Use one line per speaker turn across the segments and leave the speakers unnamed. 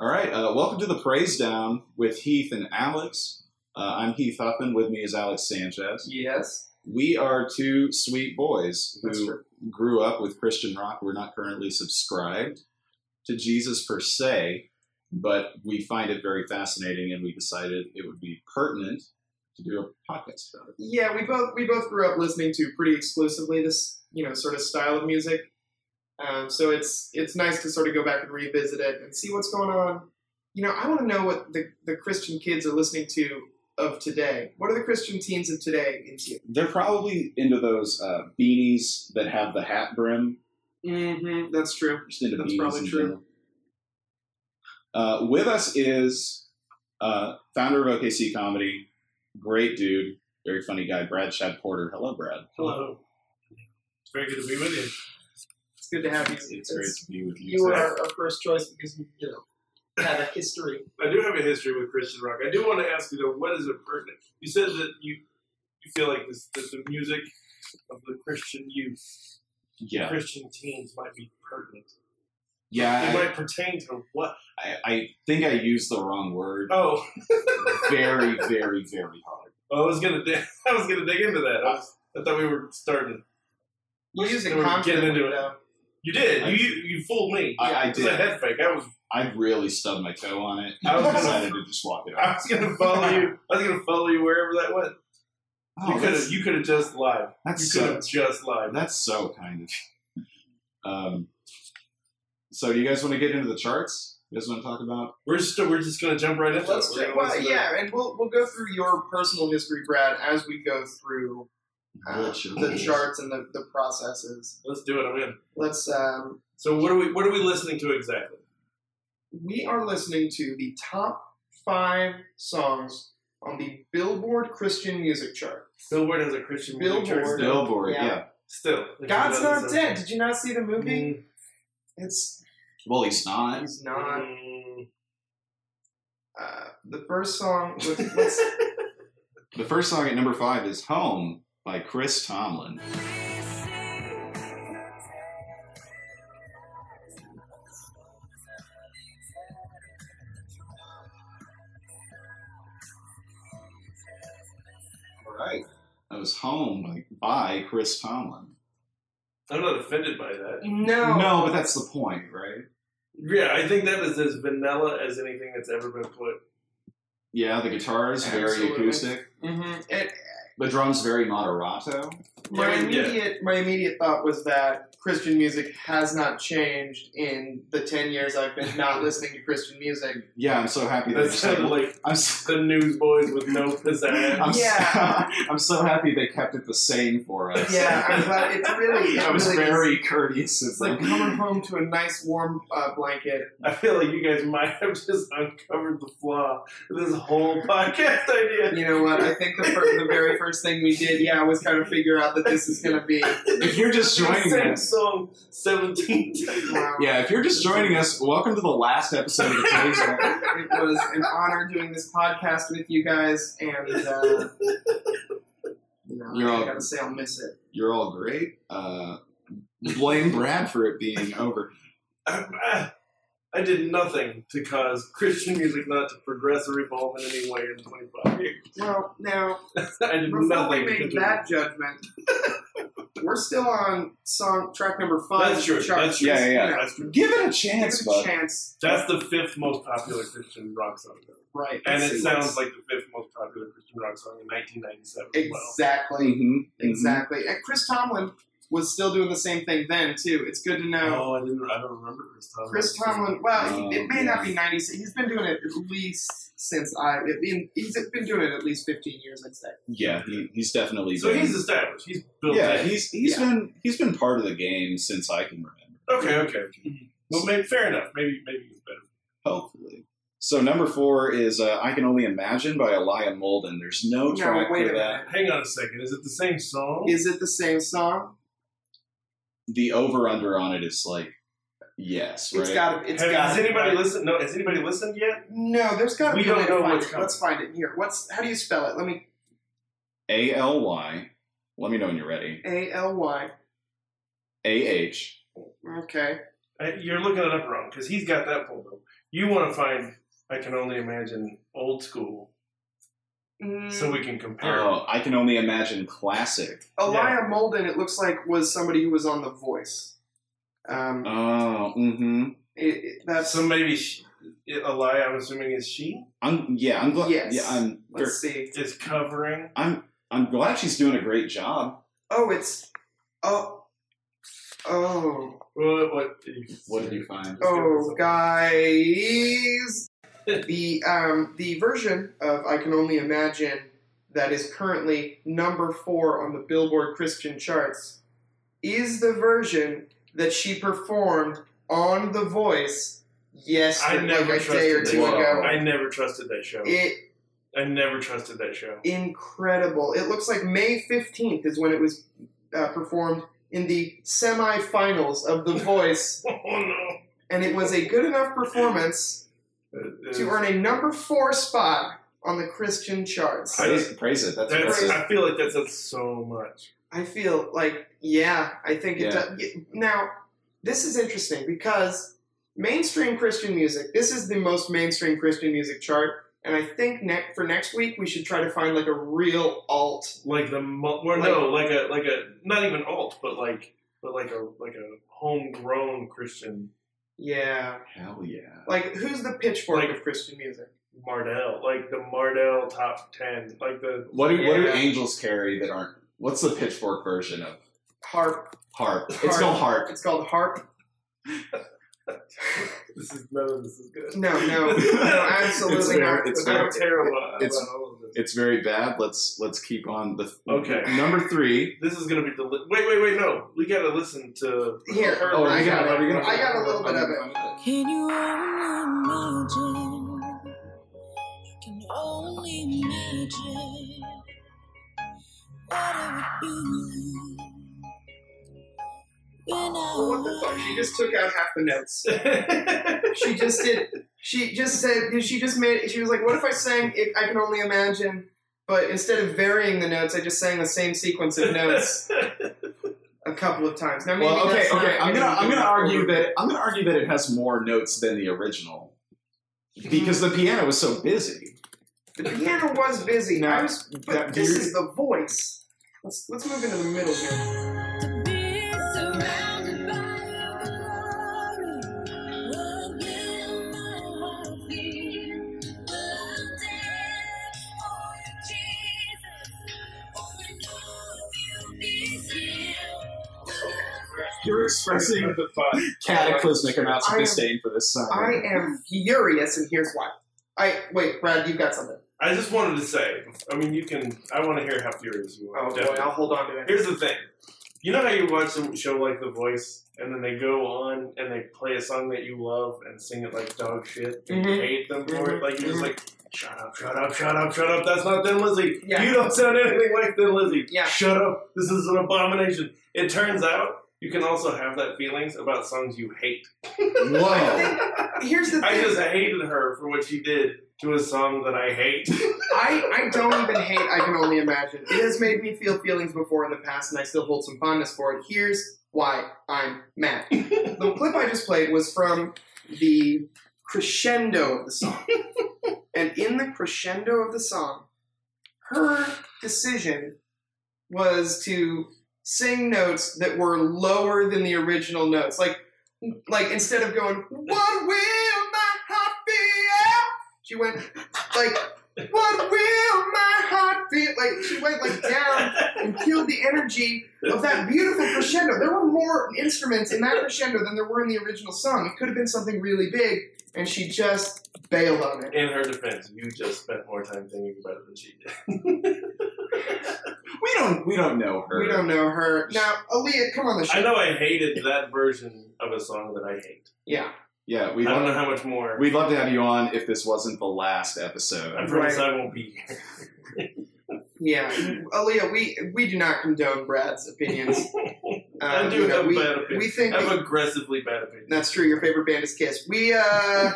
All right. Uh, welcome to the Praise Down with Heath and Alex. Uh, I'm Heath Huffman. With me is Alex Sanchez.
Yes.
We are two sweet boys
That's
who
true.
grew up with Christian rock. We're not currently subscribed to Jesus per se, but we find it very fascinating, and we decided it would be pertinent to do a podcast about it.
Yeah, we both we both grew up listening to pretty exclusively this you know sort of style of music. Um, so it's it's nice to sort of go back and revisit it and see what's going on. You know, I want to know what the, the Christian kids are listening to of today. What are the Christian teens of today into?
They're probably into those uh, beanies that have the hat brim.
Mm-hmm. That's true.
Just into
That's
beanies
probably
in
true.
general. Uh, with us is uh, founder of OKC Comedy, great dude, very funny guy, Brad Shad Porter. Hello, Brad.
Hello. It's very good to be with you.
It's good to have you.
It's, it's great to be with you.
You were
today.
our, our first choice because you you know have a history.
I do have a history with Christian rock. I do want to ask you though, what is it pertinent? You said that you you feel like this that the music of the Christian youth,
Yeah,
Christian teens might be pertinent.
yeah.
It
I-
might pertain to what?
I, I think I used the wrong word
Oh,
very, very, very hard.
I was gonna dig, I was gonna dig into that. I, was, I thought we were starting.
You use it
We're getting
confidently
into it.
though.
You did.
I-
you you fooled me.
I, I
It was a
did.
head fake. I was
I really stubbed my toe on it.
I
I
was gonna-
decided to just walk it
I
off.
was gonna follow you. I was gonna follow you wherever that went.
Oh,
you could have
that's,
you could have just lied. You
that's
could
so
have just lied.
that's so kind of. you. Um, so do you guys want to get into the charts? You guys want to talk about?
We're just we're just gonna jump right into
Let's
it. We're
check-
gonna
well,
listen to-
yeah, and we'll we'll go through your personal history, Brad, as we go through uh,
Which of
the
these?
charts and the, the processes.
Let's do it. I'm in.
Let's um,
So what are we what are we listening to exactly?
we are listening to the top five songs on the Billboard Christian Music Chart.
Billboard has a Christian music
Billboard.
chart still.
Billboard,
Yeah.
yeah.
Still,
God's not
So-
dead. Did you not see the movie?
Mm,
It's
Well, he's not.
he's not.
mm.
Uh, the first song. Let's, let's,
The first song at number five is "Home" by Chris Tomlin. All right, that was "Home" by, by Chris Tomlin.
I'm not offended by that.
no.
No, but that's the point, right?
Yeah, I think that is as vanilla as anything that's ever been put.
Yeah, the guitar is very
Absolutely.
acoustic.
hmm It,
The drums very moderato.
My
Yeah.
immediate my immediate thought was that Christian music has not changed in the ten years I've been not listening to Christian music.
Yeah, I'm so happy they
That's
just
kind of
like,
like
I'm so,
the newsboys with no pizzazz.
I'm, so-
Yeah.
I'm so happy they kept it the same for us.
Yeah, I'm glad it's really. It
I was
really is-
very courteous of
It's like
them.
coming home to a nice warm uh, blanket.
I feel like you guys might have just uncovered the flaw in this whole podcast idea.
You know what? I think the, fir- the very first thing we did, yeah, was kind of figure out that this is going to be. um,
If you're just joining
Same
us,
song, seventeen times.
Wow.
yeah, if you're just joining us, welcome to the last episode of the Praise Down.
It was an honor doing this podcast with you guys, and uh, you know,
You're all-
I gotta say, I'll miss it.
You're all great. Uh, blame Brad for it being over.
I I did nothing to cause Christian music not to progress or evolve in any way in 25 years.
Well, now
I did
Before
nothing.
we
to
make
do
that judgment, we're still on song track number five.
That's true.
Chart.
That's true.
Yeah, yeah, yeah.
You know,
That's, true.
Give it a
give
chance,
it a
bud.
chance,
That's the fifth most popular Christian rock song, though.
right?
and
Let's
it
see.
sounds like the fifth most popular Christian rock song in 1997. as well,
exactly,
Mhm, mhm.
exactly. And Chris Tomlin was still doing the same thing then too. It's good to know.
oh, I didn't. I don't remember Chris Tomlin.
Chris Tomlin, well,
Oh,
it may
yeah.
not be 90. He's been doing it at least since I. it- in- He's been doing it at least 15 years, I'd say.
Yeah, he, he's definitely.
So
been-
he's established. He's built.
yeah,
in.
he's he's been he's been part of the game since I can remember.
okay. Okay.
Mm-hmm.
okay. Well, maybe, fair enough. Maybe maybe it's better.
Hopefully. So number four is uh, "I Can Only Imagine" by Elia Molden. There's no track
now, wait
for
a
that.
minute.
Hang on a second. Is it the same song?
Is it the same song?
The over under on it is like yes, right?
It's got. It's
Have-
got.
has anybody listened? No, has anybody listened yet?
No, there's got to
We
be a
don't
way to
know
find
what's
it.
coming.
Let's find it here. What's how do you spell it? Let me
A L Y. Let me know when you're ready.
A L Y.
A H.
Okay.
I, you're looking it up wrong because he's got that pulled up. You want to find, I can only imagine, old school,
Mm,
so we can compare.
Oh, I can only imagine classic.
Elia Molden, it looks like, was somebody who was on The Voice. Um,
Oh, mm-hmm.
it, it- that's
so maybe she, a lie. I'm assuming is she
I'm yeah. I'm glad.
Yes.
Yeah, I'm. ver-
let's see.
is covering.
I'm. I'm glad she's doing a great job.
Oh, it's oh oh
What? What?
What did you find?
oh guys. the um the version of I can only imagine that is currently number four on the Billboard Christian charts is the version that she performed on The Voice. Yes,
I never
like a
trusted
day or
that.
two ago.
I never trusted that show.
It
I never trusted that show.
incredible. It looks like May 15th is when it was uh, performed in the semifinals of The Voice,
Oh no!
and it was a good enough performance
It- it
to
was-
earn a number four spot on the Christian charts.
I-
Praise, praise it. That's,
That's,
that's it.
I feel like that says so much.
I feel like, yeah, I think it
Yeah.
does. y- Now, this is interesting because mainstream Christian music, this is the most mainstream Christian music chart. And I think ne- for next week, we should try to find like a real alt.
Like the mo- well, no, like a like a not even alt, but like but like a like a homegrown Christian
Yeah.
Hell yeah.
Like, who's the pitchfork
Like-
of Christian music?
Mardell, like the Mardell top ten, like the
What do what do
Yeah.
angels carry that aren't? What's the pitchfork version of
Harp.
harp? It's no harp.
It's called harp.
this is none of this is good.
No, no. absolutely
It's very-
not.
It's
I'm
very terrible.
it's-
about all of this.
It's very bad. Let's let's keep on the
Okay.
number three.
This is gonna be the li- wait, wait, wait. No, we gotta listen to
Here,
Her-
Oh,
are we gonna-
I got it.
are we gonna-
I got a little bit of it.
Can you only imagine? You can only imagine what it would be when I
Well, what the fuck? She just took out half the notes.
it.
She just did. She just said. She just made. She was like, "What if I sang? It, I can only imagine." But instead of varying the notes, I just sang the same sequence of notes a couple of times. Now, maybe
Well, okay,
that's not
okay. I'm
maybe
gonna I'm
that's
gonna
not
argue
over-
that I'm gonna argue that it has more notes than the original because the piano was so busy.
the piano was busy.
Now,
I was,
that
but this
weird-
is the voice. Let's let's move into the middle here.
to be surrounded by your glory? Will give my heart feel? Will dance for you, oh, Jesus? Only know you be still.
You're expressing cataclysmic amounts of
I am-
disdain for this song.
I am furious, and here's why. I wait, Brad, you've got something.
I just wanted to say. I mean, you can. I want to hear how furious you are.
Oh boy,
Definitely.
I'll hold on to it.
Here's the thing. You know how you watch a show like The Voice, and then they go on and they play a song that you love and sing it like dog shit, and you
Mhm.
hate them for
Mhm.
it. Like you're just like, shut up, shut up, shut up, shut up. That's not Thin Lizzy.
Yeah.
You don't sound anything like Thin Lizzy.
Yeah.
Shut up. This is an abomination. It turns out you can also have that feelings about songs you hate.
Whoa.
Here's the
I
thing.
just hated her for what she did to a song that I hate.
I, I don't even hate. I can only imagine. It has made me feel feelings before in the past, and I still hold some fondness for it. Here's why I'm mad. the clip I just played was from the crescendo of the song, and in the crescendo of the song, her decision was to sing notes that were lower than the original notes, like. Like instead of going, what will my heart be? She went like what will my heart be? Like she went like down and killed the energy of that beautiful crescendo. There were more instruments in that crescendo than there were in the original song. It could have been something really big, and she just bailed on it.
In her defense, you just spent more time thinking about it than she did.
we don't we don't know her.
We don't know her now. Aaliyah, come on the show.
I know I hated that version of a song that I hate.
Yeah,
Yeah, we
I don't
don't
know how much more.
We'd love to have you on if this wasn't the last episode.
I promise I won't be here.
yeah. Aaliyah, we we do not condone Brad's opinions.
I
Um,
do
you know,
have
we,
bad opinions.
we think
I have aggressively bad opinions.
that's true. Your favorite band is Kiss. We uh.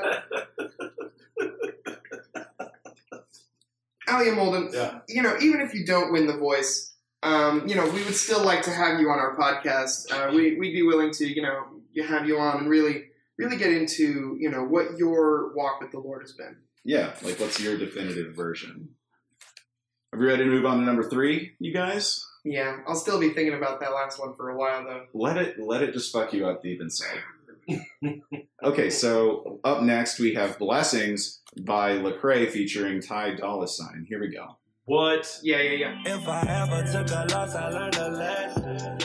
Alia Molden,
Yeah.
you know, even if you don't win the voice, um, you know, we would still like to have you on our podcast. Uh, we, we'd be willing to, you know, you- have you on and really really get into you know what your walk with the Lord has been.
Yeah, like what's your definitive version? Are we ready to move on to number three, you guys?
Yeah, I'll still be thinking about that last one for a while though.
Let it let it just fuck you up deep inside. okay, so up next we have Blessings by Lecrae featuring Ty Dolla Sign. Here we go.
What?
Yeah, yeah, yeah.
If I ever took a loss, I learned a lesson.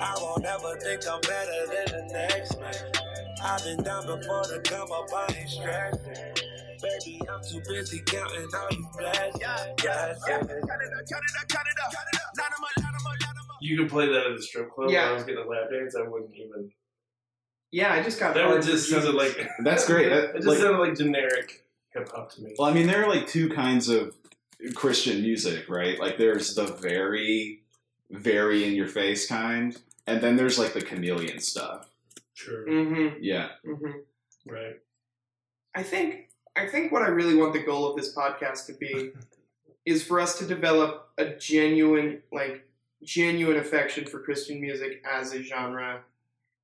I won't ever think I'm better than the next man. I've been down before to come up, I ain't stressing. Baby, I'm too busy counting all you blessings. Yeah, yeah, yeah. Count it up, count it up, count it up. Line 'em up, line 'em up, line 'em up.
You could play that at the strip club.
Yeah.
When I was getting a lap dance. I wouldn't even.
Yeah, I just got
That
hard
would just
for
sounded like.
That's great.
It
That-
just
like-
sounded like generic hip hop to me.
Well, I mean, there are like two kinds of Christian music, right? Like there's the very, very in your face kind, and then there's like the chameleon stuff.
Sure.
Mm-hmm.
Yeah.
Mm-hmm.
Right.
I think I think what I really want the goal of this podcast to be is for us to develop a genuine like genuine affection for Christian music as a genre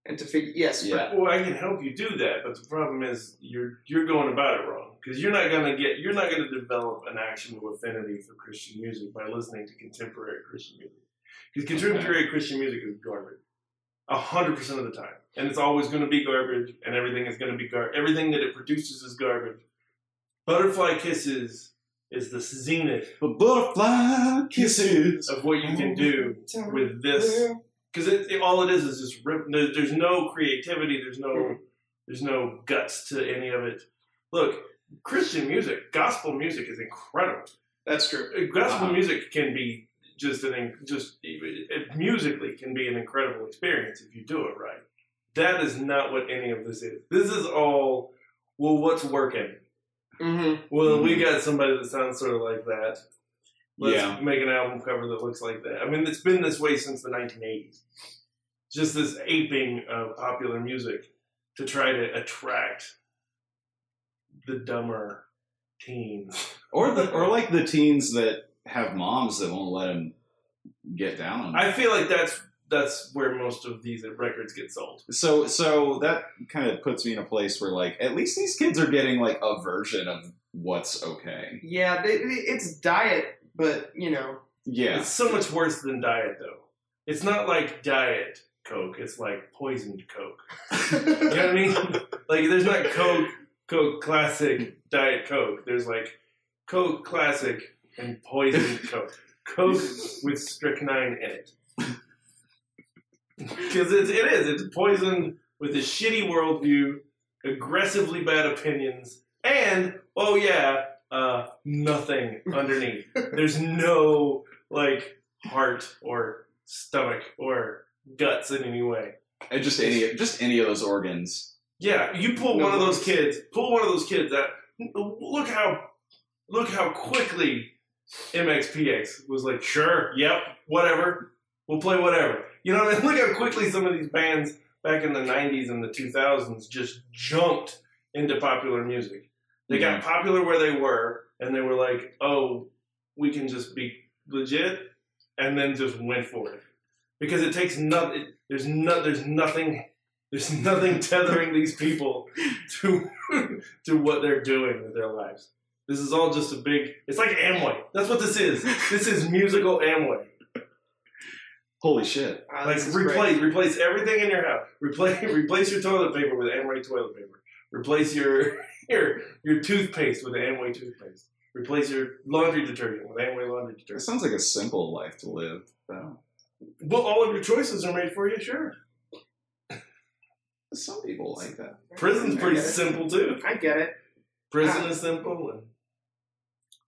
and to figure yes for-
Yeah.
Well, I can help you do that, but the problem is you're you're going about it wrong because you're not gonna get you're not gonna develop an actual affinity for Christian music by listening to contemporary Christian music because contemporary Christian music is garbage a hundred percent of the time, and it's always going to be garbage, and everything is going to be garbage. Everything that it produces is garbage. Butterfly Kisses is the zenith
But butterfly kisses.
of what you can do with this because it, it- all it is is just rip. There, there's no creativity. There's no there's no guts to any of it. Look, Christian music, gospel music is incredible.
that's true
Uh, Gospel
Uh-huh.
music can be just an in- just it, it musically can be an incredible experience if you do it right. That is not what any of this is. This is all well, what's working.
mm-hmm.
Well, we got somebody that sounds sort of like that. Let's
Yeah.
make an album cover that looks like that. I mean, it's been this way since the 1980s. Just this aping of popular music to try to attract the dumber teens.
Or the or like the teens that have moms that won't let them get down.
I feel like that's that's where most of these records get sold.
so so that kind of puts me in a place where like at least these kids are getting like a version of what's okay.
yeah they, they- it's diet but you know
Yeah.
It's so much worse than diet, though. It's not like diet Coke. It's like poisoned Coke. You
Uh,
know what I mean? like, there's not Coke, Coke Classic, Diet Coke. There's like Coke Classic and Poison Coke. Coke with strychnine in it. Because it is. It's poisoned with a shitty worldview, aggressively bad opinions, and, oh yeah, uh, nothing underneath. There's no, like, heart or stomach or guts in any way.
And just any just any of those organs.
Yeah, you pull
No
one of those
worries.
kids. Pull one of those kids that look how look how quickly MXPX was like, sure, yep, whatever, we'll play whatever. You know, what I mean? look how quickly some of these bands back in the '90s and the 2000s just jumped into popular music. They got popular where they were, and they were like, oh, we can just be legit, and then just went for it because it takes nothing. There's no, There's nothing. There's nothing tethering these people to to what they're doing with their lives. This is all just a big. It's like Amway. That's what this is. This is musical Amway.
Holy shit.
Ah,
Like
this is great.
replace replace everything in your house. Replace replace your toilet paper with Amway toilet paper. Replace your your your toothpaste with Amway toothpaste. Replace your laundry detergent with Amway laundry
It
detergent.
sounds like a simple life to live, though.
Well, all of your choices are made for you. Sure.
Some people like that.
Prison's pretty
I get it.
simple too.
I get it
Prison
Ah.
is simple, and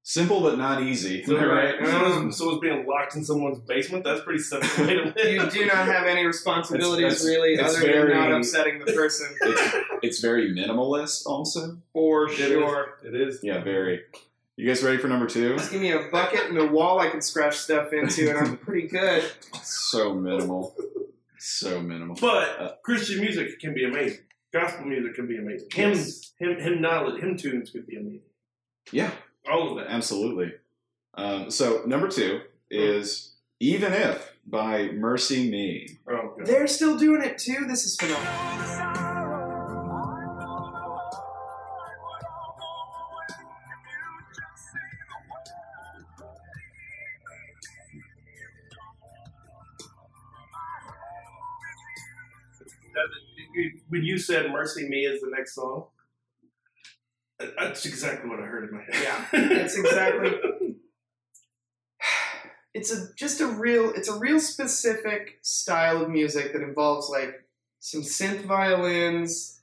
Simple but not easy.
so,
right.
so is- so is being locked in someone's basement. That's pretty simple way to live.
you do not have any responsibilities
It's- it's-
really
it's
other
very-
than not upsetting the person
It's, it's very minimalist, also.
for
It is.
sure
It is.
Yeah, very. You guys ready for number two?
just give me a bucket and a wall I can scratch stuff into and I'm pretty good
So minimal. So minimal.
But
Uh,
Christian music can be amazing. Gospel music can be amazing. Hymns, hymn, hymn knowledge, hymn tunes could be amazing.
Yeah,
All of that.
absolutely. Um, so, number two is Even If by Mercy Me.
Oh, God.
They're still doing it too. This is phenomenal.
Sorrow, all
you- when you said "Mercy Me" is the next song, that- that's exactly what I heard in my head.
That's exactly. it's a just a real it's a real specific style of music that involves like some synth violins.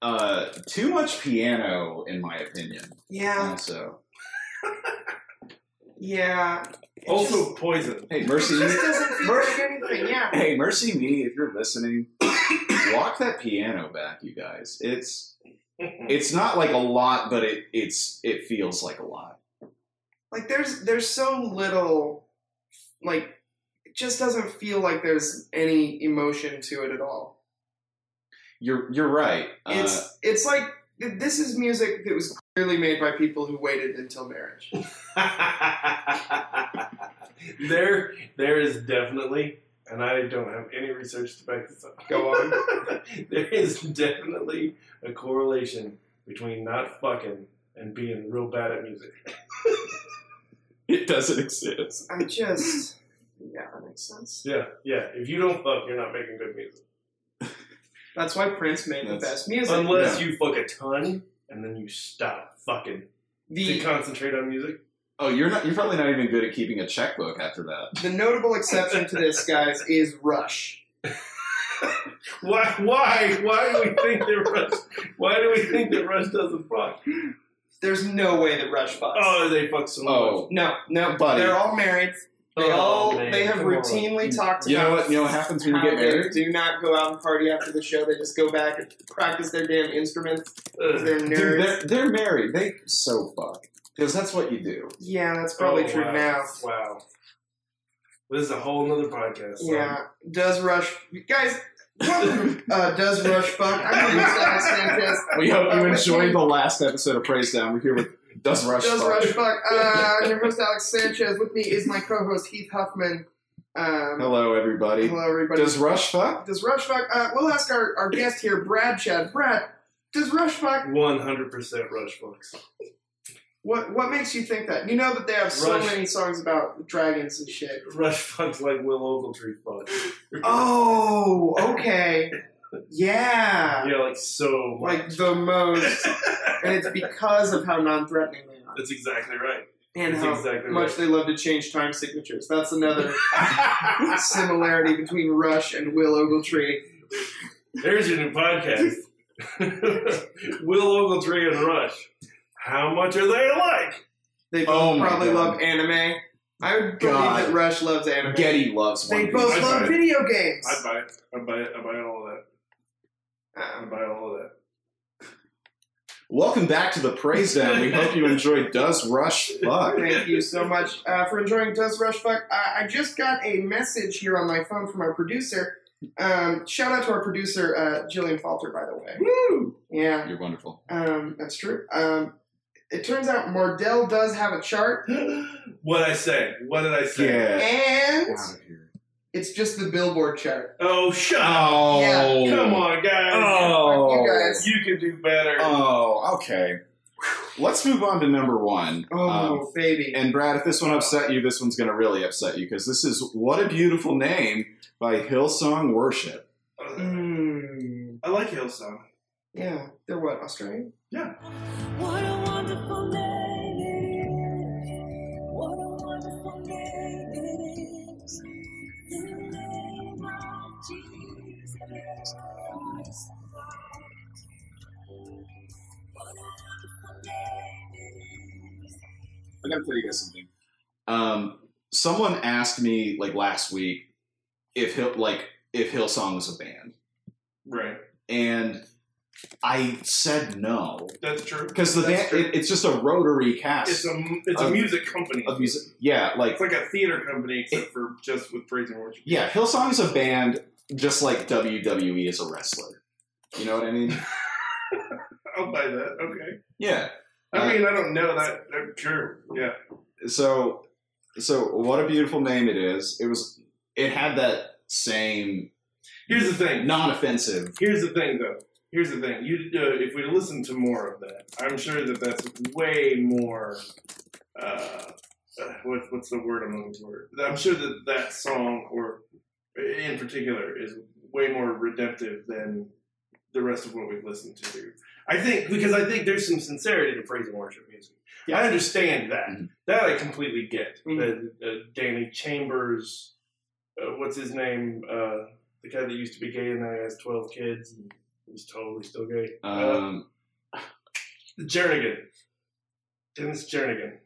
Uh, too much piano, in my opinion.
Yeah,
Also,
yeah. It
also
just,
poison.
hey, Mercy.
it just doesn't feel like anything. Yeah,
Hey, Mercy Me, if you're listening, walk that piano back, you guys. It's it's not like a lot, but it it's it feels like a lot.
like there's there's so little, like it just doesn't feel like there's any emotion to it at all.
You're you're right.
It's
uh,
it's like th- this is music that was clearly made by people who waited until marriage.
there, there is definitely, and I don't have any research to back this up.
Go on.
there is definitely a correlation between not fucking and being real bad at music.
it doesn't exist.
I just yeah, that makes sense.
Yeah, yeah. If you don't fuck, you're not making good music.
That's why Prince made the
That's-
best music.
Unless you fuck a ton and then you stop fucking to
the
concentrate on music.
Oh, you're not. You're probably not even good at keeping a checkbook after that.
the notable exception to this, guys, is Rush.
Why? Why? Why do we think that Rush? Why do we think that Rush doesn't fuck?
There's no way that Rush fucks.
Oh, they fuck so much.
Oh,
no, no,
Buddy.
they're all married. They
Oh,
all
man,
they have
come on.
routinely talked
you know
about
what? You know what happens when you
how
get
they
married?
do not go out and party after the show. They just go back and practice their damn instruments. 'cause
Ugh.
They're nerds.
Dude, they're, they're married. They so fuck because that's what you do.
yeah, that's probably
Oh,
true
wow.
now.
Wow. This is a whole nother podcast. son.
Yeah. Does Rush guys? welcome to, uh, does Rush fuck? I'm gonna Alex Sanchez.
We hope
Uh,
you
with
enjoyed
me-
the last episode of Praise Down. We're here with Does Rush.
Does
Fuck.
Rush fuck? Uh, I'm your host Alex Sanchez. With me is my co-host Heath Huffman. Um,
Hello, everybody.
hello, everybody.
Does Rush fuck?
Does Rush fuck? Uh, we'll ask our, our guest here, Brad Chad. Brad, does Rush fuck?
100% Rush fucks.
What what makes you think that? You know that they have so
Rush-
many songs about dragons and shit.
Rush fucks like Will Ogletree fucks.
Oh, okay, yeah,
Yeah, like so much.
like the most, and it's because of how non-threatening they are.
That's exactly right.
and
That's
how
exactly
much
right.
they love to change time signatures. That's another similarity between Rush and Will Ogletree.
There's your new podcast. Will Ogletree and Rush. How much are they alike?
They
Oh
both
my
probably
God.
love anime. I would believe
God.
that Rush loves anime.
Getty loves
They
One
both
Piece.
I'd buy
love
it.
video games.
I buy it. I buy it. I buy all of that. I
Um,
buy all of that.
Welcome back to the Praise Down. We hope you enjoyed Does Rush Fuck.
thank you so much uh, for enjoying Does Rush Fuck. I, I just got a message here on my phone from our producer. Um, shout out to our producer, uh, Jillian Falter, by the way.
Woo!
Yeah,
You're wonderful.
um, that's true. Um, it turns out Mordell does have a chart,
What I say? What did I say?
Get
and
out of here.
it's just the Billboard chart.
Oh, shut up!
Oh.
Yeah.
Come on, guys.
Oh.
Fuck you guys.
You can do better.
Oh, okay. Let's move on to number one.
Oh,
Um,
baby.
and Brad, if this one upset you, this one's going to really upset you because this is What a Beautiful Name by Hillsong Worship.
Mm,
I like Hillsong.
yeah, they're what, Australian?
What a wonderful name it is. What a wonderful name it is. The name of Jesus Christ. What a wonderful name it is.
I got to tell you guys something. Um, someone asked me like last week if Hill, like if Hillsong was a band,
Right.
and I said no
That's true.
because the
That's
band
true.
it, it's just a rotary cast
It's a it's a
Um,
music company.
of music. Yeah, like
It's like a theater company, except for just with praise and worship.
yeah, Hillsong is a band just like WWE is a wrestler. You know what I mean?
I'll buy that. Okay.
Yeah.
I
Uh,
mean, I don't know that. I'm sure. Yeah.
so so what a beautiful name it is it was it had that same
Here's the thing.
non-offensive
Here's the thing, though. Here's the thing. You, uh, if we listen to more of that, I'm sure that that's way more. Uh, uh, what, what's the word I'm looking for? I'm sure that that song, or in particular, is way more redemptive than the rest of what we've listened to. I think because I think there's some sincerity to praise and worship music. I understand that.
Mhm.
That I completely get.
Mhm.
Uh, uh, Danny Chambers, uh, what's his name? Uh, the guy that used to be gay and now he has twelve kids and he's totally still gay. Uh,
Um,
Jernigan, Dennis Jernigan.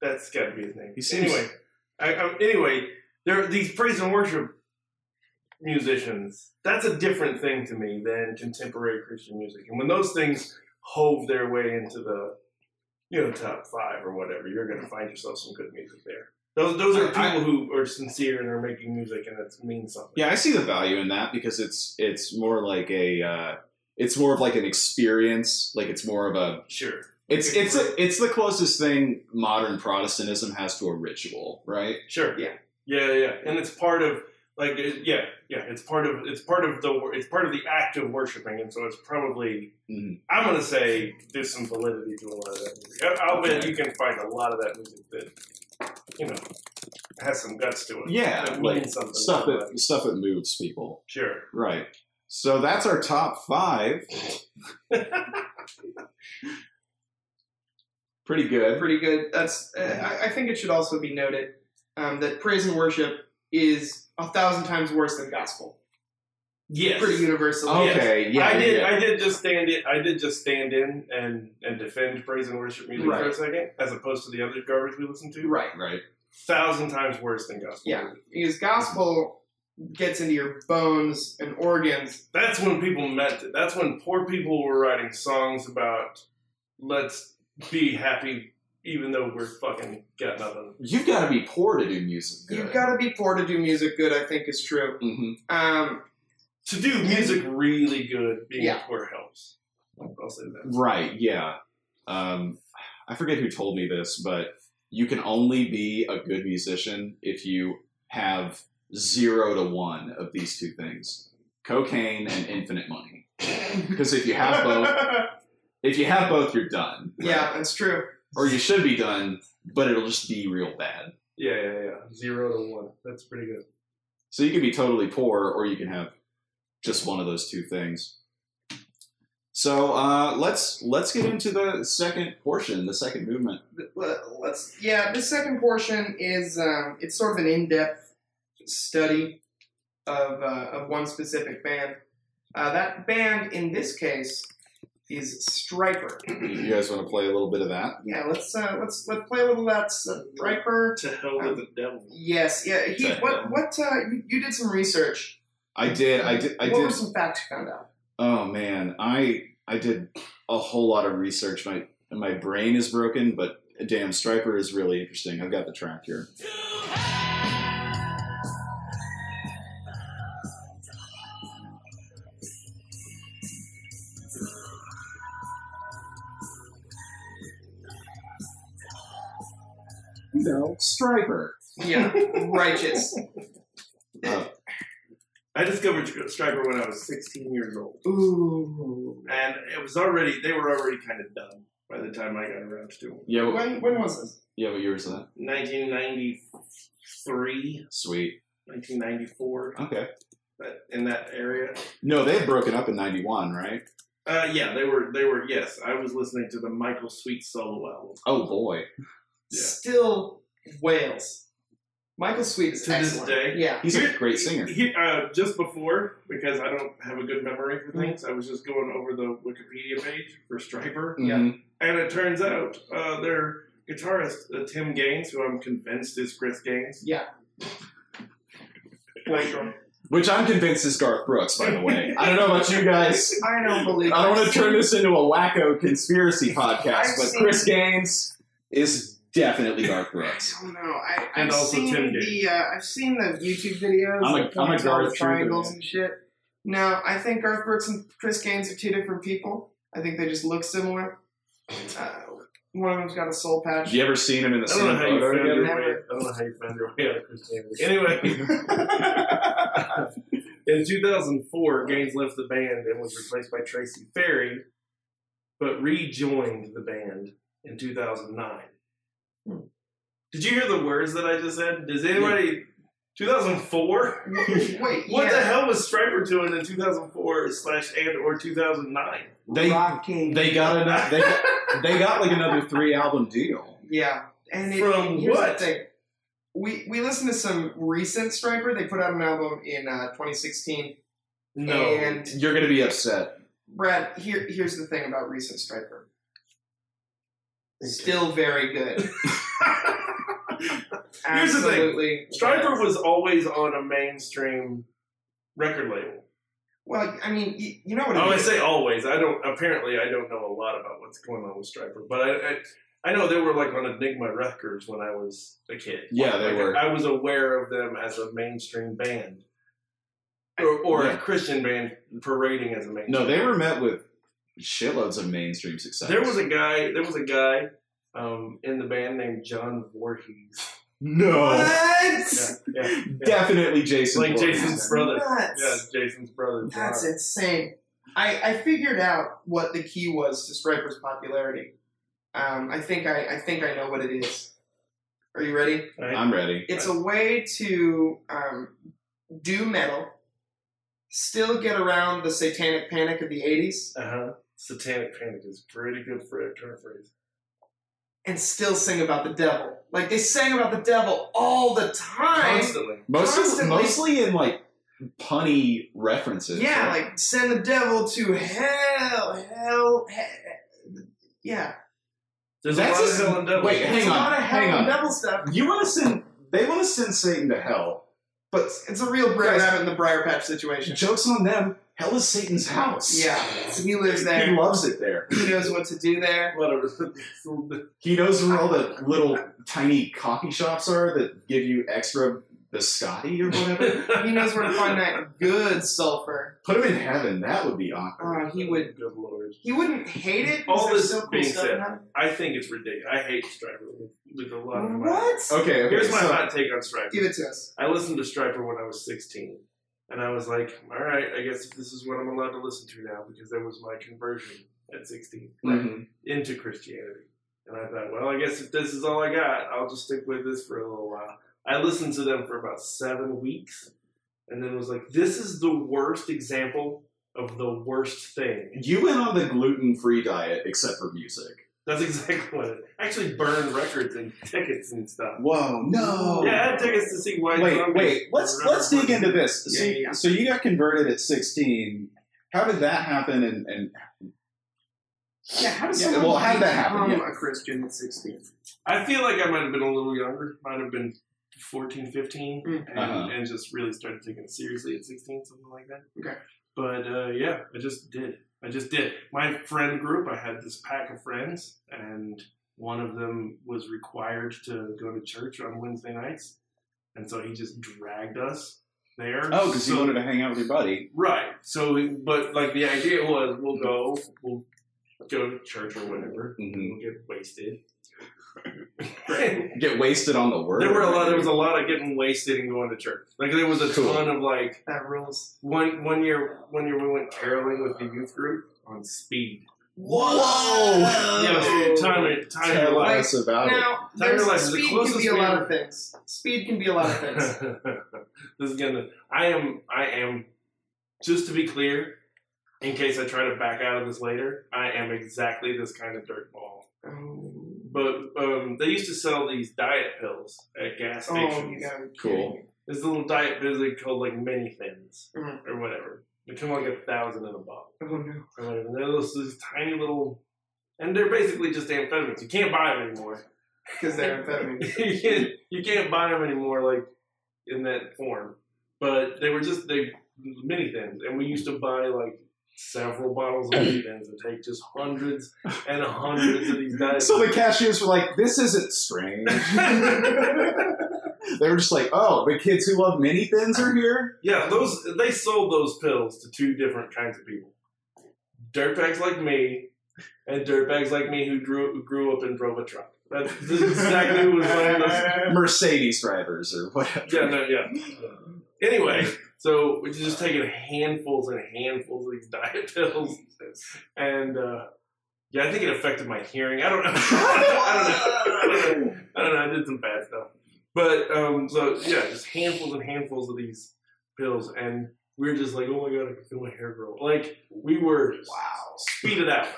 That's got to be his name.
He seems-
Anyway, I, I, anyway, there are these praise and worship musicians. That's a different thing to me than contemporary Christian music. And when those things hove their way into the you know top five or whatever, you're going to find yourself some good music there. Those those are people
I- I-
who are sincere and are making music and it means something.
yeah, I see the value in that because it's it's more like a uh, it's more of like an experience. Like it's more of a
sure.
it's it's a, it's the closest thing modern Protestantism has to a ritual, right?
Sure.
Yeah.
Yeah, yeah, and it's part of like it- yeah, yeah. It's part of it's part of the wor- it's part of the act of worshiping, and so it's probably
Mhm.
I'm gonna say there's some validity to a lot of that music. I- I'll bet
Okay.
you can find a lot of that music that you know has some guts to it.
Yeah,
that
like,
means something.
Stuff that stuff that moves people,
sure.
right? So that's our top five. Pretty good.
pretty good. That's uh, I, I think it should also be noted um, that praise and worship is a thousand times worse than gospel.
Oh, Yes.
Pretty universally.
Okay, yeah,
I did.
yeah.
I did just stand it. I did just stand in and and defend praise and worship music for a
Right.
second, as opposed to the other garbage we listen to.
Right.
right.
Thousand times worse than gospel.
Yeah.
music.
Because gospel gets into your bones and organs.
That's when people meant it. That's when poor people were writing songs about let's be happy even though we're fucking got nothing.
You've got to be poor to do music. Good.
You've got to be poor to do music good. I think is true.
hmm
Um,
To do music really good, being
Yeah.
poor helps. I'll say that.
Right. Yeah. Um, I forget who told me this, but you can only be a good musician if you have zero to one of these two things: cocaine and infinite money. Because if you have both, if you have both, you're done,
yeah, that's true.
or you should be done, but it'll just be real bad.
yeah, yeah, yeah. Zero to one. That's pretty good.
So you can be totally poor, or you can have just one of those two things. So uh, let's let's get into the second portion, the second movement.
Let- Let's. Yeah, this second portion is um, it's sort of an in-depth study of uh, of one specific band. Uh, that band in this case is Striper.
You guys want to play a little bit of that?
Yeah, let's uh, let's let's play a little of that Striper.
To hell with the devil.
Yes, yeah. He
Exactly.
what what uh, you, you did some research.
I did. I did. I
what were
did.
some facts you found out?
Oh man, I I did a whole lot of research. My my brain is broken, but damn, Striper is really interesting. I've got the track here. You know, Striper.
Yeah, righteous.
Uh,
I discovered Striper when I was 16 years old.
Ooh.
And it was already, they were already kind of done by the time I got around to it.
yeah. What,
When when was this?
yeah. What year was that?
1993,
Sweet.
1994.
Okay.
that- uh, in that area.
No, they had broken up in '91, right?
Uh, yeah, they were. They were. Yes, I was listening to the Michael Sweet solo album.
Oh boy.
Yeah.
Still Wales. Michael Sweet is
To this
excellent.
day.
Yeah.
He's a great singer.
He, uh, just before, because I don't have a good memory for things, I was just going over the Wikipedia page for Striper,
Yeah.
Mhm.
and it turns out uh, their guitarist uh, Tim Gaines, who I'm convinced is Chris Gaines.
Which I'm convinced is Garth Brooks, by the way. I don't know about you guys.
I don't believe.
I don't want
I've
to turn this
seen-
into a wacko conspiracy podcast,
I've
but
seen-
Chris Gaines is definitely Garth
I
Brooks.
don't know. I, I've
And also
seen
Tim
the uh, I've seen the YouTube videos.
I'm a-
that
I'm a Garth
points out the
Trooper
triangles
man.
and shit. No, I think Garth Brooks and Chris Gaines are two different people. I think they just look similar. Uh, one of them's got a soul patch.
Have you ever seen him in the
I don't know
same
how you
photo
found your
together?
way. I don't know how you found your way out of Chris Gaines. Anyway, in 2004, Gaines left the band and was replaced by Tracy Ferry, but rejoined the band in
Hmm.
2009. Did you hear the words that I just said? Does anybody 2004?
Wait,
What
yeah.
the hell was Striper doing in 2004 slash and or 2009?
They
Rocking.
they got enough. They got, they got like another three album deal.
Yeah, and it,
From
here's
what?
The thing. We we listened to some recent Striper. They put out an album in uh, 2016.
No.
And
You're gonna be upset.
Brad, here here's the thing about recent Striper. Still very good.
Here's the thing.
Absolutely.
Striper was always on a mainstream record label.
Well, I mean, you, you know what
Oh,
it
I
is.
say always. I don't. Apparently, I don't know a lot about what's going on with Striper, but I, I, I know they were like on Enigma Records when I was a kid.
Yeah, they
Like,
were.
I was aware of them as a mainstream band, or, or a
Yeah.
Christian band parading as a mainstream.
No, they were met with shitloads of mainstream success.
There was a guy. There was a guy um, in the band named John Voorhees.
no,
Yeah,
What?
yeah, yeah.
definitely Jason.
like
Voorhees.
Jason's Oh, brother.
Nuts.
Yeah, Jason's brother. John.
That's insane. I, I figured out what the key was to Striper's popularity. Um, I think I, I think I know what it is. Are you ready?
Right?
I'm ready.
It's a way to um, do metal, still get around the satanic panic of the '80s,
Uh-huh. Satanic Panic is pretty good for a turn phrase.
and still sing about the devil. Like they sang about the devil all the time.
Constantly.
Mostly,
Constantly.
mostly in like punny references.
Yeah,
right?
like send the devil to hell, hell, he- Yeah,
There's
That's
a lot
just-
of hell and devil.
wait,
it's
hang on,
a lot of hell
hang
and
on.
devil stuff,
you want to send. They want to send Satan to hell, but
It's a real Brad
Guys-
Rabbit in the Briar Patch situation.
jokes on them. Hell is Satan's house.
Yeah, so he lives
He
there.
loves it there.
He knows what to do there.
Whatever.
He knows where all the little tiny coffee shops are that give you extra biscotti or whatever.
He knows where to find that good sulfur.
Put him in heaven. That would be awkward.
Uh, he would.
Good lord.
He wouldn't hate it. 'cause
All
there's
this
so cool
being
stuff
said,
in heaven.
I think it's ridiculous. I hate Striper with, with a lot of my.
What?
Okay. okay
Here's my
so-
hot take on Striper.
Give it to us.
I listened to Striper when I was 16. And I was like, all right, I guess this is what I'm allowed to listen to now because that was my conversion at 16
Mhm.
into Christianity. And I thought, well, I guess if this is all I got, I'll just stick with this for a little while. I listened to them for about seven weeks and then was like, this is the worst example of the worst thing.
You went on the gluten-free diet, except for music.
That's exactly what it actually burned records and tickets and stuff.
Whoa, no.
Yeah, I had tickets to see White
Wait,
Zombie.
wait. Let's let's dig into this. So,
Yeah, yeah.
so you got converted at sixteen. How did that happen? And, and
Yeah, how does
Yeah,
someone
well, how did that happen?
become
Yeah.
a Christian at 16?
I feel like I might have been a little younger, might have been 14, 15,
Mm.
and,
Uh-huh.
and just really started taking it seriously at 16, something like that.
Okay.
But uh, yeah, I just did. I just did. My friend group, I had this pack of friends, and one of them was required to go to church on Wednesday nights. And so he just dragged us there.
oh, because
So-
you wanted to hang out with your buddy.
Right. So, but like the idea was we'll go, we'll go to church or whatever,
Mhm.
and we'll get wasted.
Get wasted on the word.
There were a lot. There was a lot of getting wasted and going to church. Like there was a
Cool.
ton of like
That rules.
one one year. One year we went caroling with the youth group on speed.
Whoa!
Oh.
Yeah, dude, time of- time of your
Tell
life.
us about
Now,
I
there's-
realized the
speed can
closest
be a
we
lot
ever-
of things. Speed can be a lot of things.
this is gonna. I am. I am. Just to be clear, in case I try to back out of this later, I am exactly this kind of dirtball.
oh,
But um, they used to sell these diet pills at gas stations.
oh, you gotta be
Cool.
kidding me.
There's a little diet busy called like mini thins
Mhm.
or whatever. They come like a thousand in a bottle.
Oh, no.
Or whatever. And they're those, these tiny little, and they're basically just amphetamines. You can't buy them anymore.
Because they're amphetamine.
you, can't, you can't buy them anymore like in that form. But they were just they mini thins, and we used to buy like several bottles of mini thins and take just hundreds and hundreds of these
it.
diet.
So the cashiers were like, "This isn't strange." they were just like, "Oh, the kids who love mini thins are here."
Yeah, those they sold those pills to two different kinds of people. Dirtbags like me and dirtbags like me who drew who grew up and drove a truck. That's this is exactly who was buying those.
Mercedes drivers or whatever.
Yeah, no, yeah. Anyway, so we're just taking handfuls and handfuls of these diet pills, and uh, yeah, I think it affected my hearing. I don't know. I don't know. I don't know. I don't know. I did some bad stuff. But um, so yeah, just handfuls and handfuls of these pills, and we were just like, oh my god, I can feel my hair grow. Like we were wow, speeded out,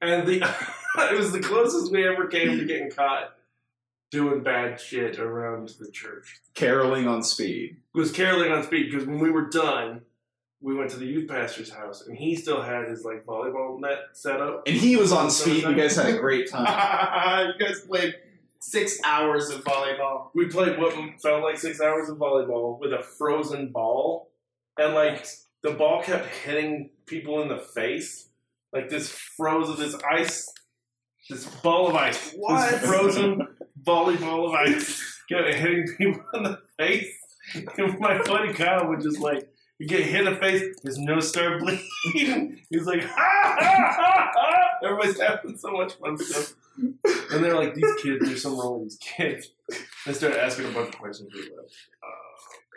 and the it was the closest we ever came to getting caught doing bad shit around the church.
Caroling on speed.
It was caroling on speed because when we were done, we went to the youth pastor's house, and he still had his like volleyball net set up.
And he was on speed. You guys had a great time.
you guys played six hours of volleyball.
We played what felt like six hours of volleyball with a frozen ball, and like the ball kept hitting people in the face. Like this frozen, this ice, this ball of ice,
What?
this frozen volleyball of ice, kept hitting people in the face. And my buddy Kyle would just like you get hit in the face, his nose start bleeding. He's like, ha ha ha ha! Everybody's having so much fun with us. And they're like, these kids, there's something wrong with these kids. They started asking a bunch of questions. we were like,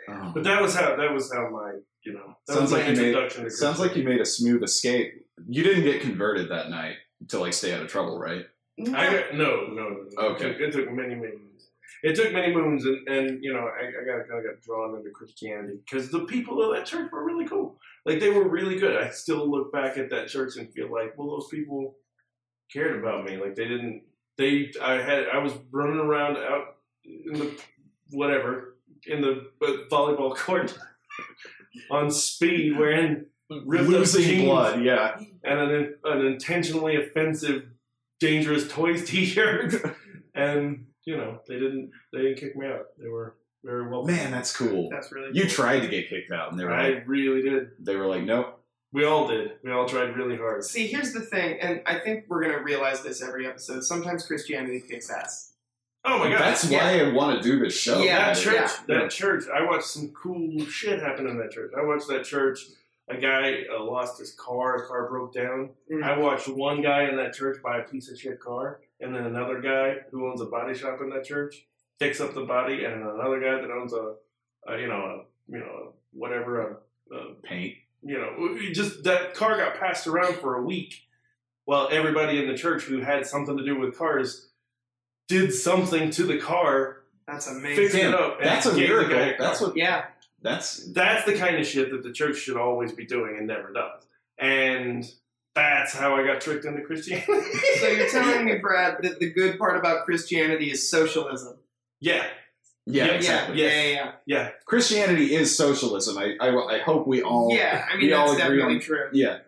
Oh.
But that was how that was how my you know that
Sounds
was my
like you made-
introduction. to
Sounds like you made a smooth escape. You didn't get converted that night to like stay out of trouble, right?
I got, no, no, no, no.
Okay.
It took, it took many, many moons. It took many moons, and, and you know, I, I got kind of got drawn into Christianity because the people of that church were really cool. Like they were really good. I still look back at that church and feel like, well, those people cared about me. Like they didn't. They, I had, I was running around out in the whatever in the uh, volleyball court on speed, wearing ripped up
Losing
jeans
blood, yeah.
and an, an intentionally offensive, dangerous toys T-shirt, and you know they didn't they didn't kick me out. They were very well.
Man, that's cool.
That's really
You tried to get kicked out, and they were like,
I really did.
they were like, nope.
We all did. We all tried really hard.
See, here's the thing, and I think we're gonna realize this every episode. Sometimes Christianity kicks ass.
Oh my god!
That's why I want to do this show.
Yeah,
that
man.
church.
yeah.
That church. I watched some cool shit happen in that church. I watched that church. A guy uh, lost his car. His car broke down.
Mm.
I watched one guy in that church buy a piece of shit car, and then another guy who owns a body shop in that church fix up the body, and another guy that owns a, a you know, a, you know, whatever, a, a
Paint.
you know, it just that car got passed around for a week while everybody in the church who had something to do with cars did something to the car,
That's
fixed
amazing.
Damn,
it up. and
That's a
gave the
miracle.
guy a car.
That's what.
Yeah,
That's
That's the kind of shit that the church should always be doing and never does. And that's how I got tricked into Christianity.
so you're telling me, Brad, that the good part about Christianity is socialism.
yeah,
yeah,
Yeah,
exactly.
Yes.
Yeah, yeah,
yeah.
Christianity is socialism. I, I, I hope we all.
yeah. I mean,
we all
that's
agree
definitely
on-
true.
Yeah.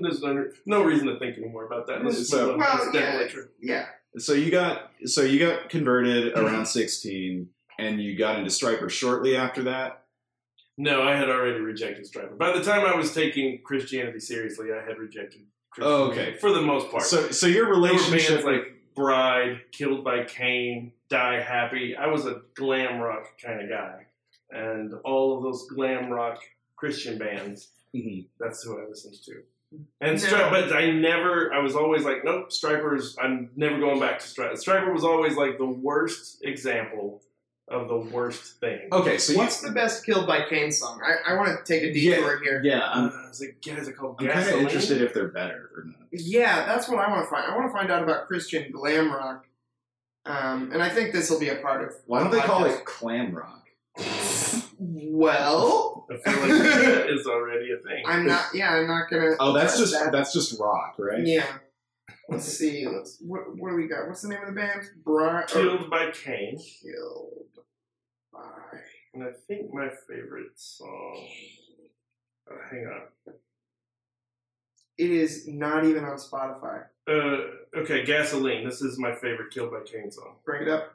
There's no, no reason to think anymore about that. Let's just
So-
move on.
Well,
It's
yeah.
definitely true.
Yeah,
So you got so you got converted around sixteen, and you got into Striper shortly after that.
No, I had already rejected Striper. By the time I was taking Christianity seriously, I had rejected Christianity.
Oh, okay.
For the most part.
So so your
They were
relationship
bands like Bride, Killed by Cain, Die Happy. I was a glam rock kind of guy. And all of those glam rock Christian bands,
Mhm.
that's who I listened to. And
No.
Stri- but I never, I was always like, nope, Striper's, I'm never going back to Striper. Striper was always like the worst example of the worst thing.
Okay, so
What's the best Killed by Cain song? I, I want to take a
Yeah.
detour
you
here.
yeah, I'm,
Uh, I was like, guys, I called
I'm kind of
gasoline.
interested if they're better or not.
Yeah, that's what I want to find. I want to find out about Christian glam rock, um, and I think this will be a part of.
Why don't
the
they call
podcast.
it clam rock?
Well,
I feel like that is already a thing.
I'm not. Yeah, I'm not gonna.
Oh, that's just
that-
that's just rock, right?
Yeah. Let's see. Let's, what, what do we got? What's the name of the band? Bri- or
Killed by Cain.
Killed by.
And I think my favorite song. Uh, hang on.
It is not even on Spotify.
Uh, okay, Gasoline. This is my favorite Killed by Cain song.
Bring it up.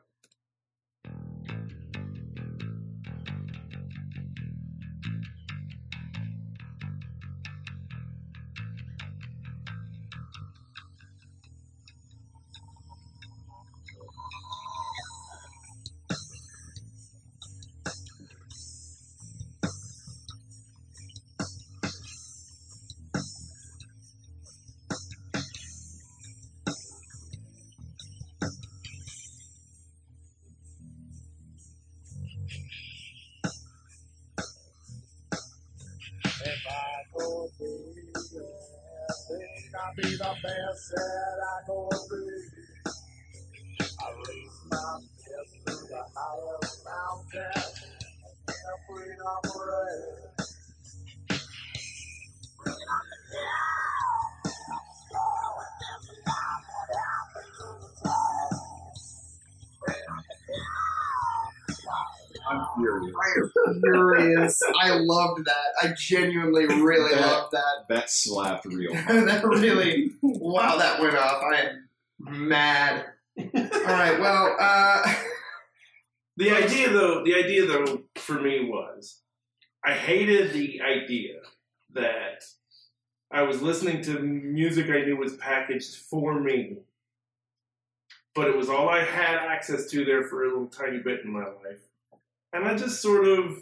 If I go through it, I think I'll be the best that I go through. I raise my fist
furious.
furious. I loved that. I genuinely really
That-
loved that.
That slapped real.
that really, wow, that went off. I am mad. All right, well, uh,
The idea, though, the idea, though, for me was I hated the idea that I was listening to music I knew was packaged for me, but it was all I had access to there for a little tiny bit in my life. And I just sort of.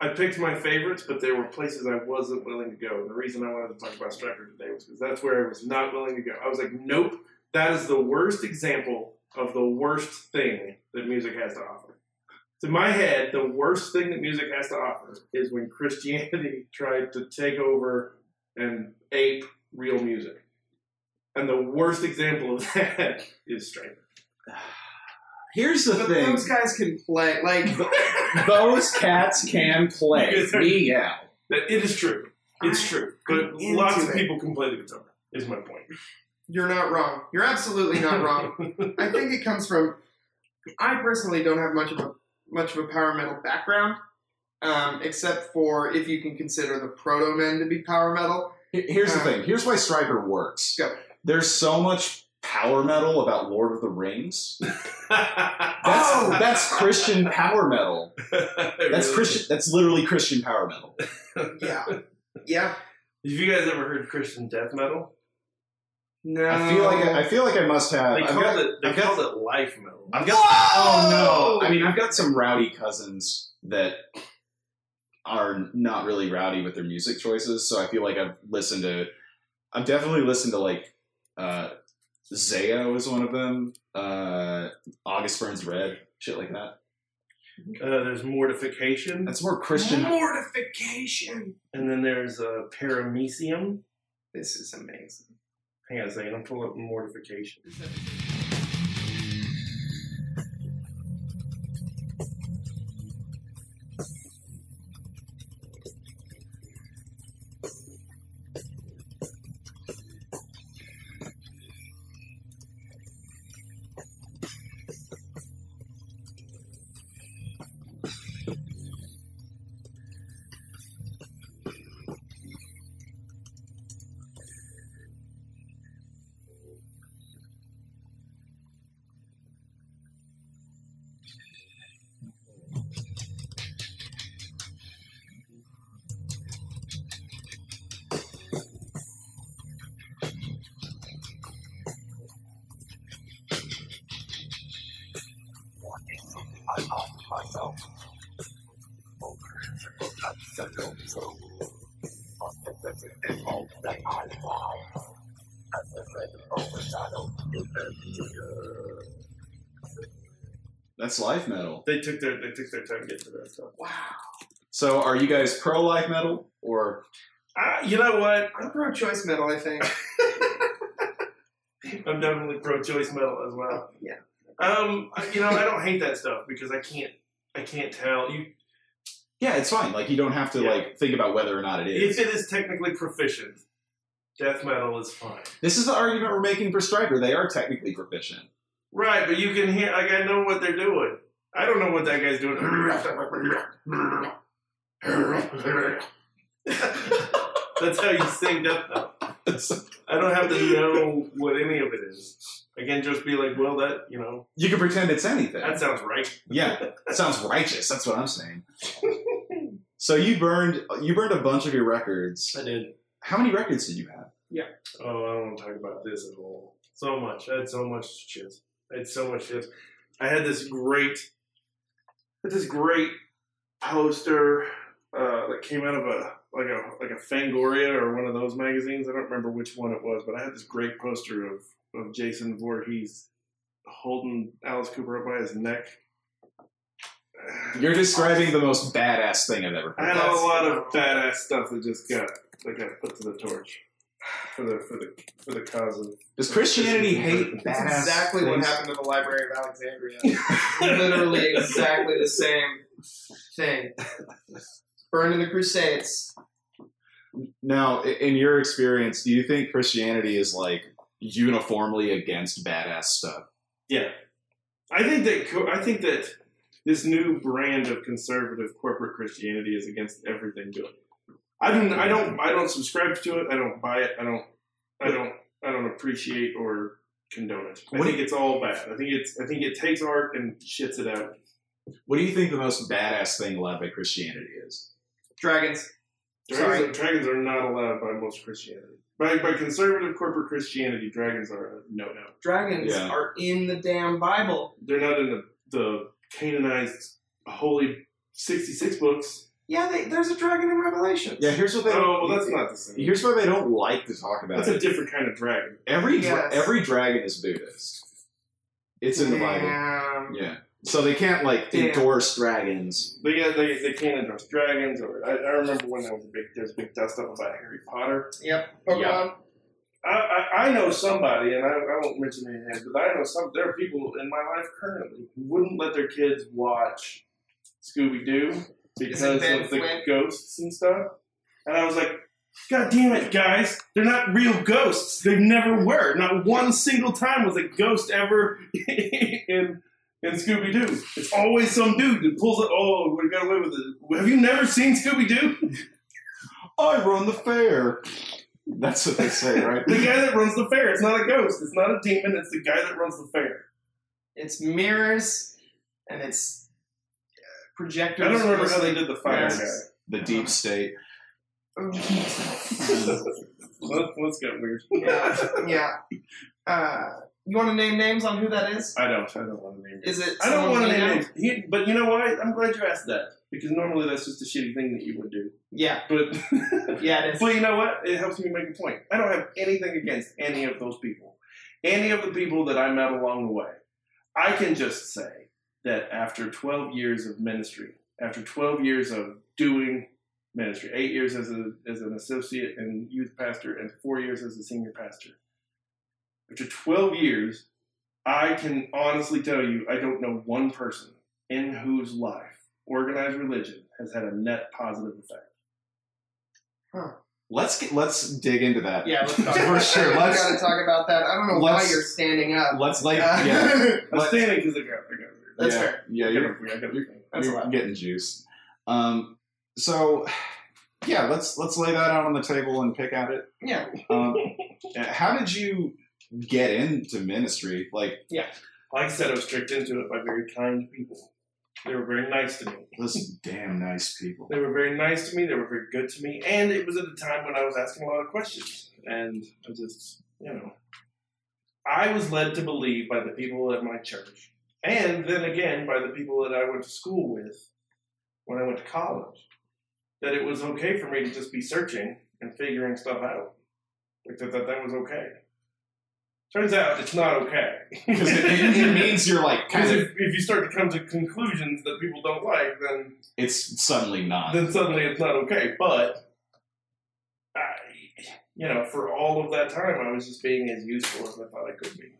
I picked my favorites, but there were places I wasn't willing to go. And the reason I wanted to talk about Striper today was because that's where I was not willing to go. I was like, nope, that is the worst example of the worst thing that music has to offer. To my head, the worst thing that music has to offer is when Christianity tried to take over and ape real music. And the worst example of that is Striper.
Here's the
but
thing:
those guys can play. Like,
those cats can play. Meow.
That- It is true. It's true. But
I'm into
lots of
it.
people can play the guitar, is my point.
You're not wrong. You're absolutely not wrong. I think it comes from. I personally don't have much of a much of a power metal background, um, except for if you can consider the proto men to be power metal.
Here- Here's the
Uh,
thing. Here's why Striper works.
Go.
There's so much power metal about Lord of the Rings. That's,
Oh!
that's Christian power metal. That's Christian. That's literally Christian power metal.
Yeah, yeah.
Have you guys ever heard Christian death metal?
No,
I feel like I, I feel like I must have.
They
Uh, I've
call
got,
it they
I've got-
call it life metal.
I've got. Oh no! I mean, I've got some rowdy cousins that are not really rowdy with their music choices. So I feel like I've listened to. I've definitely listened to like. Uh, Zayo is one of them. Uh, August Burns Red, shit like that.
Uh, there's mortification,
That's more Christian.
mortification.
and then there's uh, paramecium.
This is amazing.
Hang on a second, I'm pulling up mortification.
That's life metal.
They took their they took their time to get to that stuff.
Wow.
So are you guys pro life metal or
I, you know what?
I'm pro-choice metal. I think.
I'm definitely pro-choice metal as well.
Yeah.
Um, I- you know, I don't hate that stuff because I can't I can't tell you
yeah, it's fine. Like you don't have to
Yeah.
like think about whether or not it is.
if it is technically proficient. Death metal is fine.
this is the argument we're making for Striper. They are technically proficient.
Right, but you can hear, like, I know what they're doing. I don't know what that guy's doing. That's how you sing death metal. I don't have to know what any of it is. I can just be like, well, that, you know,
You can pretend it's anything.
that sounds right.
yeah, that sounds righteous. That's what I'm saying. so you burned you burned a bunch of your records.
I did.
How many records did you have?
Oh, I don't want to talk about this at all. So much. I had so much shit. I had so much shit. I had this great, I had this great poster uh, that came out of a like a like a Fangoria or one of those magazines. I don't remember which one it was, but I had this great poster of of Jason Voorhees holding Alice Cooper up by his neck.
You're describing the most badass thing I've ever
I
heard.
had a lot of badass stuff that just got that got put to the torch for the for the for the cause of
Does Christianity hate
That's
badass?
exactly what
things?
happened to the Library of Alexandria. Literally exactly the same thing. Burned in the Crusades.
Now, i- in your experience, do you think Christianity is like uniformly against badass stuff?
Yeah, I think that co- I think that this new brand of conservative corporate Christianity is against everything good. I don't, I don't, I don't subscribe to it. I don't buy it. I don't, I don't, I don't appreciate or condone it. I
What do
think it's all bad. I think it's, I think it takes art and shits it out.
What do you think the most badass thing allowed by Christianity is?
Dragons.
Dragons,
Sorry.
dragons are not allowed by most Christianity. By, by conservative corporate Christianity, dragons are a no no.
Dragons
Yeah.
are in the damn Bible.
They're not in the, the canonized holy 66 books.
Yeah, they, there's a dragon in Revelation.
Yeah, here's what they.
Oh,
don't,
well, that's not the same.
Here's why they don't like to talk about
That's
it.
a different kind of dragon.
every dra-
Yes.
every dragon is Buddhist. It's in the Bible.
Damn.
Yeah. So they can't like
Yeah.
endorse dragons.
They got they, they can't endorse dragons. Or I, I remember when there was a big there's a big dust up about Harry Potter.
Yep.
Yeah.
Pokemon.
I, I, I know somebody, and I, I won't mention any names, but I know some. There are people in my life currently who wouldn't let their kids watch Scooby Doo because of
Ben
the
Flint?
ghosts and stuff. And I was like, God damn it, guys! They're not real ghosts. They never were. Not one single time was a ghost ever in in Scooby Doo. It's always some dude that pulls it. Oh, we got away with it. Have you never seen Scooby Doo?
I run the fair. That's what they say, right?
The guy that runs the fair. It's not a ghost. It's not a demon. It's the guy that runs the fair.
It's mirrors and it's uh,
I
projectors.
don't remember how they did the fire
Yes.
guy.
the deep state.
That, that's got weird.
yeah. yeah. Uh, you want to name names on who that is?
I don't. I don't want to name.
Is it?
I don't
someone
want to
we know?
name names. He, but you know what? I'm glad you asked that because normally that's just a shitty thing that you would do.
Yeah.
But
Yeah, it is.
but you know what? It helps me make a point. I don't have anything against any of those people, any of the people that I met along the way. I can just say that after 12 years of ministry, after 12 years of doing ministry, eight years as, a, as an associate and youth pastor, and four years as a senior pastor. After 12 years, I can honestly tell you I don't know one person in whose life organized religion has had a net positive effect.
Let's get let's dig into that.
Yeah, let's talk.
For sure.
We
Let's-
gotta talk about that. I don't know why
Let's-
you're standing up.
Let's like
Uh,
yeah.
I'm
Let's-
standing because I got, I got
That's
yeah,
fair.
Yeah,
I
you're
gotta, I gotta, that's a
You're
lot.
getting juice. Um, so yeah, let's let's lay that out on the table and pick at it.
yeah.
Um, how did you get into ministry? Like
Like I said, I was tricked into it by very kind people. They were very nice to me.
those damn nice people.
They were very nice to me. They were very good to me. And it was at a time when I was asking a lot of questions. And I just, you know, I was led to believe by the people at my church. And then again, by the people that I went to school with when I went to college, that it was okay for me to just be searching and figuring stuff out. Like that, that, that was okay. Turns out it's not okay.
Because it, it, it means you're like
Because
kind of
if, if you start to come to conclusions that people don't like, then
it's suddenly not.
then suddenly it's not okay. But I, you know, for all of that time, I was just being as useful as I thought I could be.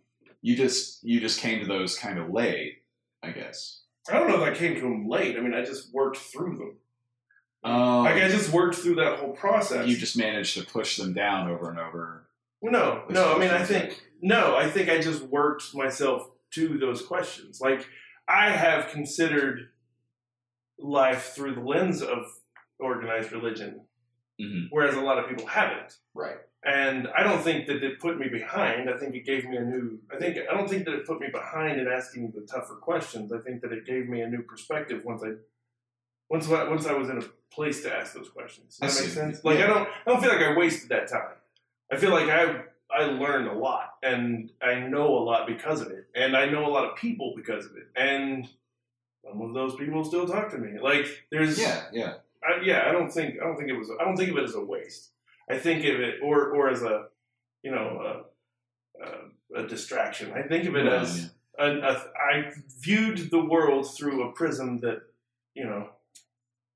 You just you just came to those kind of late, I guess.
I don't know if I came to them late. I mean, I just worked through them.
Um,
Like I just worked through that whole process.
you just managed to push them down over and over.
No, no. I mean, I think no. I think I just worked myself to those questions. Like I have considered life through the lens of organized religion,
Mhm.
whereas a lot of people haven't.
Right.
And I don't think that it put me behind. I think it gave me a new. I think I don't think that it put me behind in asking the tougher questions. I think that it gave me a new perspective once I, once I, once I was in a place to ask those questions.
I
Does that make
see.
sense? Like I don't. I don't feel like I wasted that time. I feel like I I learned a lot and I know a lot because of it, and I know a lot of people because of it, and some of those people still talk to me. Like there's
Yeah, yeah.
I, yeah, I don't think I don't think it was I don't think of it as a waste. I think of it or or as a you know a, a, a distraction. I think of
Um,
it as a, a, I viewed the world through a prism that you know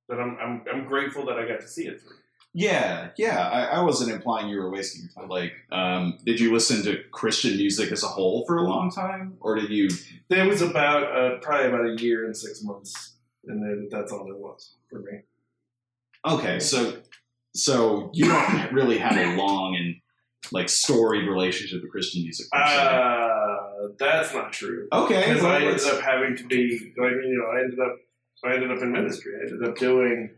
that I'm I'm, I'm grateful that I got to see it through.
Yeah, yeah. I, I wasn't implying you were wasting your time. Like, um, did you listen to Christian music as a whole for a long time, or did you?
There was about uh, probably about a year and six months, and then that's all there was for me.
Okay, so so you don't really have a long and like storied relationship with Christian music. per se.
Uh, But that's not true.
Okay.
Because
well,
I ended
let's-
up having to be, I mean, you know, I ended up, I ended up in ministry. I ended up doing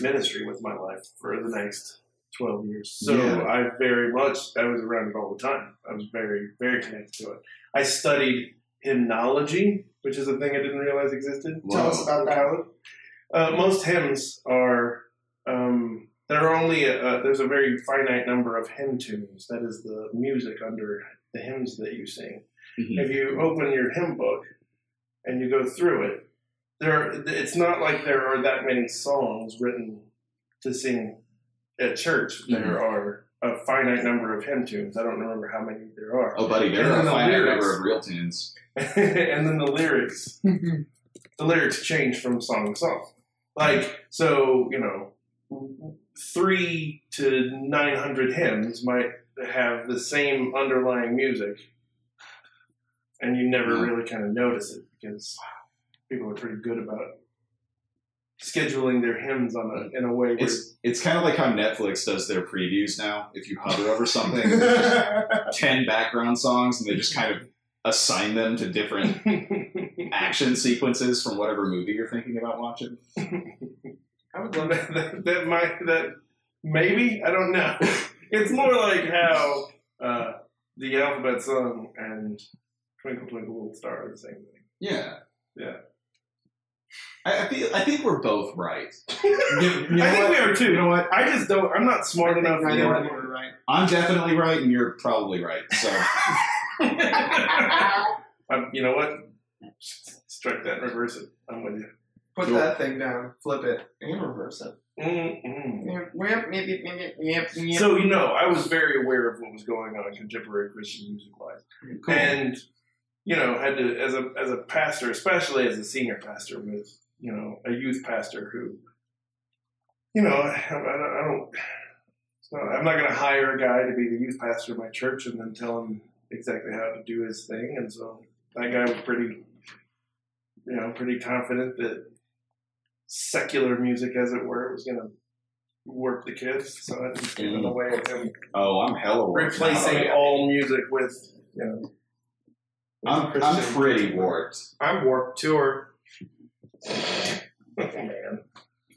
ministry with my life for the next twelve years. So
Yeah.
I very much, I was around it all the time. I was very, very connected to it. I studied hymnology, which is a thing I didn't realize existed.
Tell us
Whoa.
about that.
Colin. Uh, most hymns are um, there are only a, a, there's a very finite number of hymn tunes. That is the music under the hymns that you sing.
Mhm.
If you open your hymn book and you go through it, there it's not like there are that many songs written to sing at church. There are a finite number of hymn tunes. I don't remember how many there are.
Oh, buddy, there are
And
a
then the
finite
lyrics.
number of real tunes.
and then the lyrics the lyrics change from song to song like so you know three to 900 hymns might have the same underlying music and you never
Yeah.
really kind of notice it because people are pretty good about scheduling their hymns on a, in a way where
It's it's kind of like how Netflix does their previews now. If you hover over something, there's
yeah,
ten background songs, and they just kind of assign them to different action sequences from whatever movie you're thinking about watching.
I would love that. That, that might that maybe I don't know. It's more like how uh, the alphabet song and Twinkle Twinkle Little Star are the same thing.
Yeah.
Yeah.
I, I feel I think we're both right.
I think we are too.
You know what?
I just don't. I'm not smart enough.
I
to
know
know.
what we're right.
I'm definitely right, and you're probably right. So
I'm, you know what? Strike that and reverse it. I'm with you.
Put
Cool.
that thing down, flip it, and reverse it.
Mm-mm.
Yep, yep, yep, yep, yep, yep, yep.
Mm-hmm. So you know, I was very aware of what was going on in contemporary Christian music life.
cool.
and you know had to as a as a pastor especially as a senior pastor with you know a youth pastor who you know i, I don't, I don't so i'm not going to hire a guy to be the youth pastor of my church and then tell him exactly how to do his thing and so that guy was pretty you know pretty confident that secular music as it were was going to work the kids so i just gave him a way of him
oh, I'm hella warped now.
replacing all music with you know
I'm, I'm pretty warped.
I'm warped tour.
Oh, man.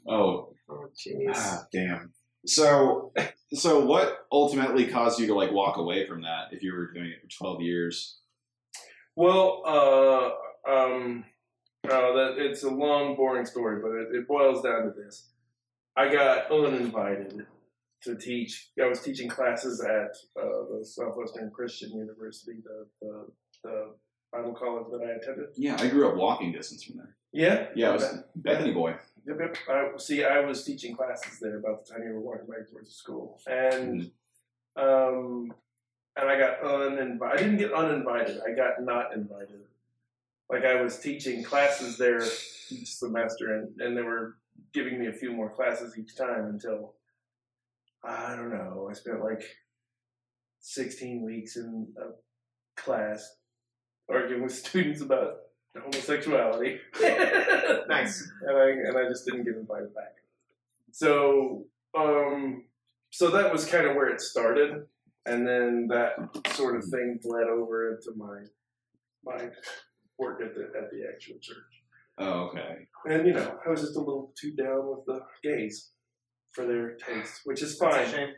Oh,
Oh jeez.
Ah, damn. So, so what ultimately caused you to like walk away from that if you were doing it for twelve years?
Well, uh, um, uh, that it's a long, boring story, but it, it boils down to this: I got uninvited to teach. I was teaching classes at uh, the Southwestern Christian University, the, the the Bible college that I attended.
Yeah, I grew up walking distance from there.
Yeah,
Yeah, I was Bethany boy.
Yep, yep. I, see, I was teaching classes there about the time you were walking back towards school, and um, and I got uninvited. I didn't get uninvited. I got not invited. Like I was teaching classes there each semester, and and they were giving me a few more classes each time until I don't know. I spent like sixteen weeks in a class arguing with students about homosexuality.
Nice.
and I and I just didn't get invited back. So um, so that was kind of where it started, and then that sort of thing bled over into my my work at the at the actual church.
Oh, okay.
And you know, I was just a little too down with the gays for their tastes, which is
That's a
fine.
shame.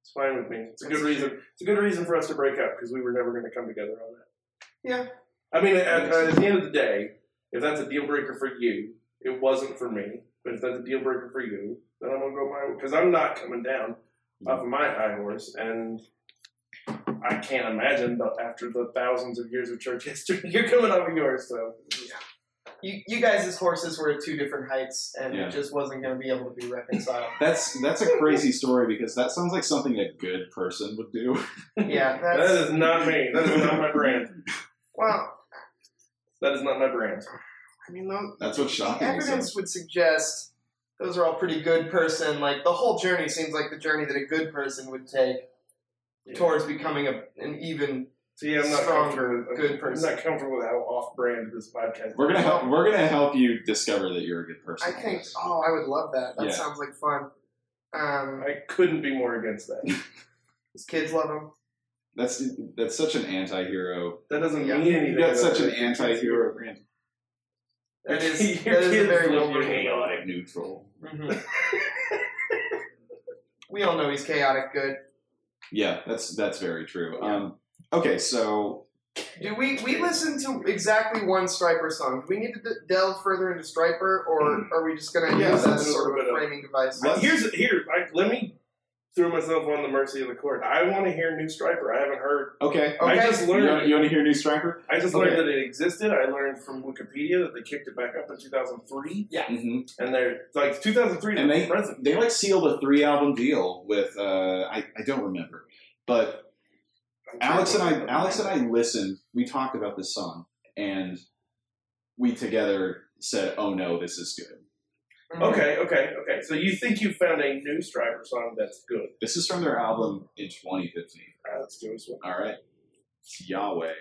It's fine with me. It's a
That's
good
a
reason. It's a good reason for us to break up because we were never going to come together on that.
Yeah.
I mean, at, at the end of the day, if that's a deal breaker for you, it wasn't for me. But if that's a deal breaker for you, then I'm gonna go my because I'm not coming down off of my high horse, and I can't imagine the, after the thousands of years of church history, you're coming off of yours. So
You, you guys' horses were at two different heights, and
Yeah.
it just wasn't going to be able to be reconciled.
That's that's a crazy story because that sounds like something a good person would do.
yeah,
that
that's
is not me. That is not my brand.
well.
That is not my brand.
I mean, though,
That's what's
the
shocking. is that-
evidence would suggest those are all pretty good person. Like the whole journey seems like the journey that a good person would take
Yeah.
towards becoming a, an even.
See, I'm not
Strong,
comfortable. With,
good
I'm
person.
not comfortable with how off-brand this podcast. is.
We're gonna help. We're gonna help you discover that you're a good person.
I think. Oh, I would love that. That
Yeah.
sounds like fun. Um,
I couldn't be more against that.
His kids love him.
That's that's such an anti-hero.
That doesn't
Yeah.
mean anything.
That's
though.
such an anti-hero brand.
That is-
Your
that is a
kids
very Mm-hmm.
love
well
you.
Chaotic neutral.
We all know he's chaotic good.
Yeah, that's that's very true. Um, okay, so
Do we we listened to exactly one Striper song? Do we need to d- delve further into Striper, or are we just gonna
Mm. Yeah,
use that
let's
as
do a
sort of a
little bit of-
framing device?
Let's-
Here's here. I, let me throw myself on the mercy of the court. I want to hear New Striper. I haven't heard.
okay,
Okay.
I just
you,
learned.
want, to hear New Striper?
I just
Okay.
learned that it existed. I learned from Wikipedia that they kicked it back up in 2003,
Mm-hmm.
hmm
and they're like 2003
And
is
they-
present.
They like sealed a three-album deal with uh, I I don't remember, but Alex and I, Alex and I listened. We talked about this song, and we together said, "Oh no, this is good.
Mm-hmm.
Okay, okay, okay. So you think you found a New Striper song that's good?
This is from their album in 2015."
All right, let's do this one.
All right, It's Yahweh.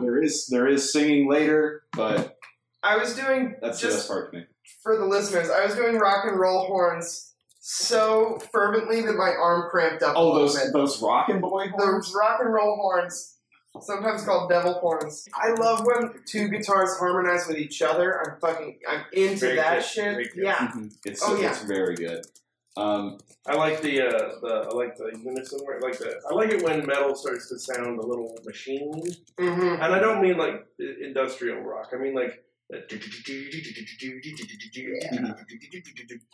There is there is singing later, but
I was doing
that's the best
just
part to me.
for the listeners. I was doing rock and roll horns so fervently that my arm cramped up. a
Oh,
little
those
bit.
those rockin' boy horns.
the rock and roll horns, sometimes called devil horns. I love when two guitars harmonize with each other. I'm fucking, I'm into
Very
that
good,
shit.
very good.
Yeah.
Mhm. It's
Oh, yeah.
it's very good. Um,
I like the uh, the I like the unison where like the I like it when metal starts to sound a little machine,
hmm
and I don't mean like i- industrial rock. I mean like. uh,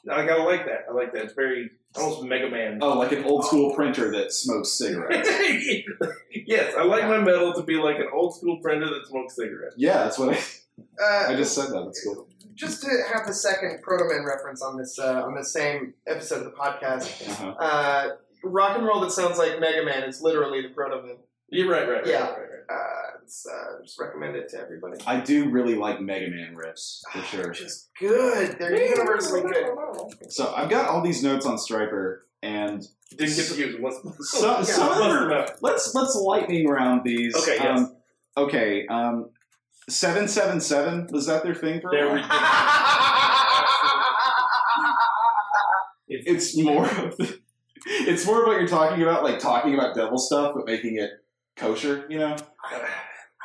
Like, I like that. I like that. It's very almost Mega Man.
oh, like an old school printer that smokes cigarettes.
yes, I like my metal to be like an old school printer that smokes cigarettes.
yeah, that's what I,
Uh,
I just said. That that's cool.
just to have the second Proto Man reference on this uh, on the same episode of the podcast.
Uh-huh.
Uh, rock and roll that sounds like Mega Man is literally the Proto Man.
Yeah, right, right, right,
Yeah.
right, right, right.
Uh, it's, uh, just recommend it to everybody.
I do really like Mega Man riffs for sure.
Ah, Just good. They're universally good.
So I've got all these notes on Striper, and
Didn't get to use it once.
So-
once
so-
enough.
let's let's lightning round these.
Okay, yes.
Um, okay. Um, seven seven seven was that their thing for? a
They're
while?
ridiculous.
it's more of the- it's more of what you're talking about, like talking about devil stuff, but making it kosher. You know,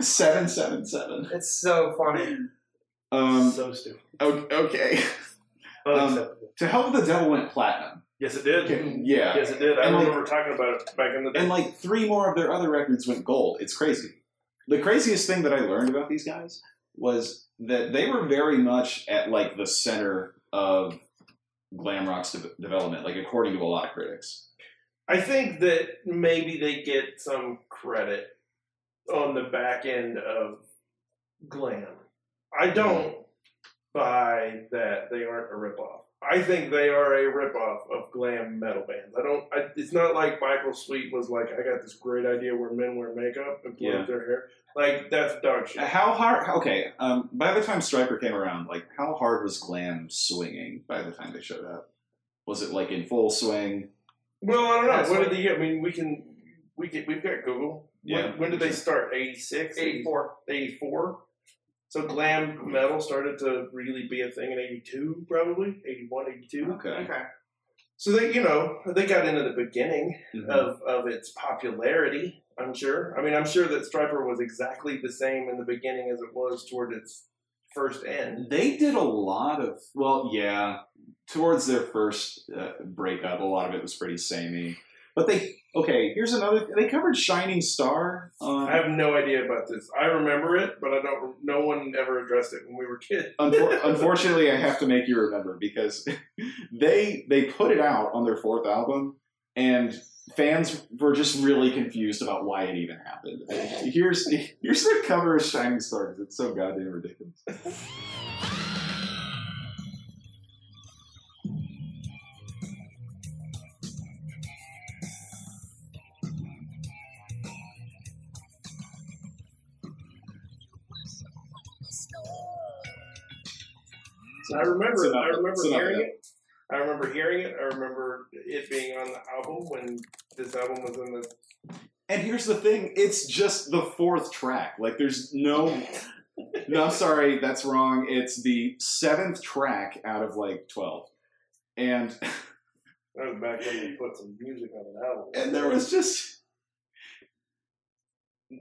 seven seven seven.
It's so funny.
Um,
so stupid.
o- okay.
Unacceptable.
to help the devil went platinum.
um, yes, it did.
Okay, Yeah.
Yes, it did. I
And, like-
remember talking about it back in the day.
and like three more of their other records went gold. It's crazy. The craziest thing that I learned about these guys was that they were very much at like the center of glam rock's de- development, like according to a lot of critics.
I think that maybe they get some credit on the back end of glam. I don't buy that they aren't a ripoff. I think they are a ripoff of glam metal bands. I don't. I, it's not like Michael Sweet was like, "I got this great idea where men wear makeup and play
Yeah.
with their hair." Like that's dog shit.
How hard? Okay, um, by the time Striper came around, like how hard was glam swinging by the time they showed up? Was it like in full swing?
Well, I don't know.
That's
When
what-
did they get? I mean, we can. We can, we've got Google.
Yeah.
When, when did they start? 86?
84.
84. So glam metal started to really be a thing in 82, probably. 81, 82.
Okay.
Okay.
So they, you know, they got into the beginning
Mhm.
of, of its popularity, I'm sure. I mean, I'm sure that Striper was exactly the same in the beginning as it was toward its first end.
They did a lot of well, yeah. Towards their first uh, breakup, a lot of it was pretty samey. But they okay. Here's another. They covered Shining Star. Um,
I have no idea about this. I remember it, but I don't. No one ever addressed it when we were kids.
unfor- unfortunately, I have to make you remember because they they put it out on their fourth album, and fans were just really confused about why it even happened. Here's here's their cover of Shining Stars. It's so goddamn ridiculous.
I remember.
It's enough-
I remember
it's enough
hearing
of
it. I remember hearing it. I remember it being on the album when this album was in the.
And here's the thing, it's just the fourth track. Like there's no No, I'm sorry, that's wrong. It's the seventh track out of like twelve. And
That was back when we put some music on an album.
and there was just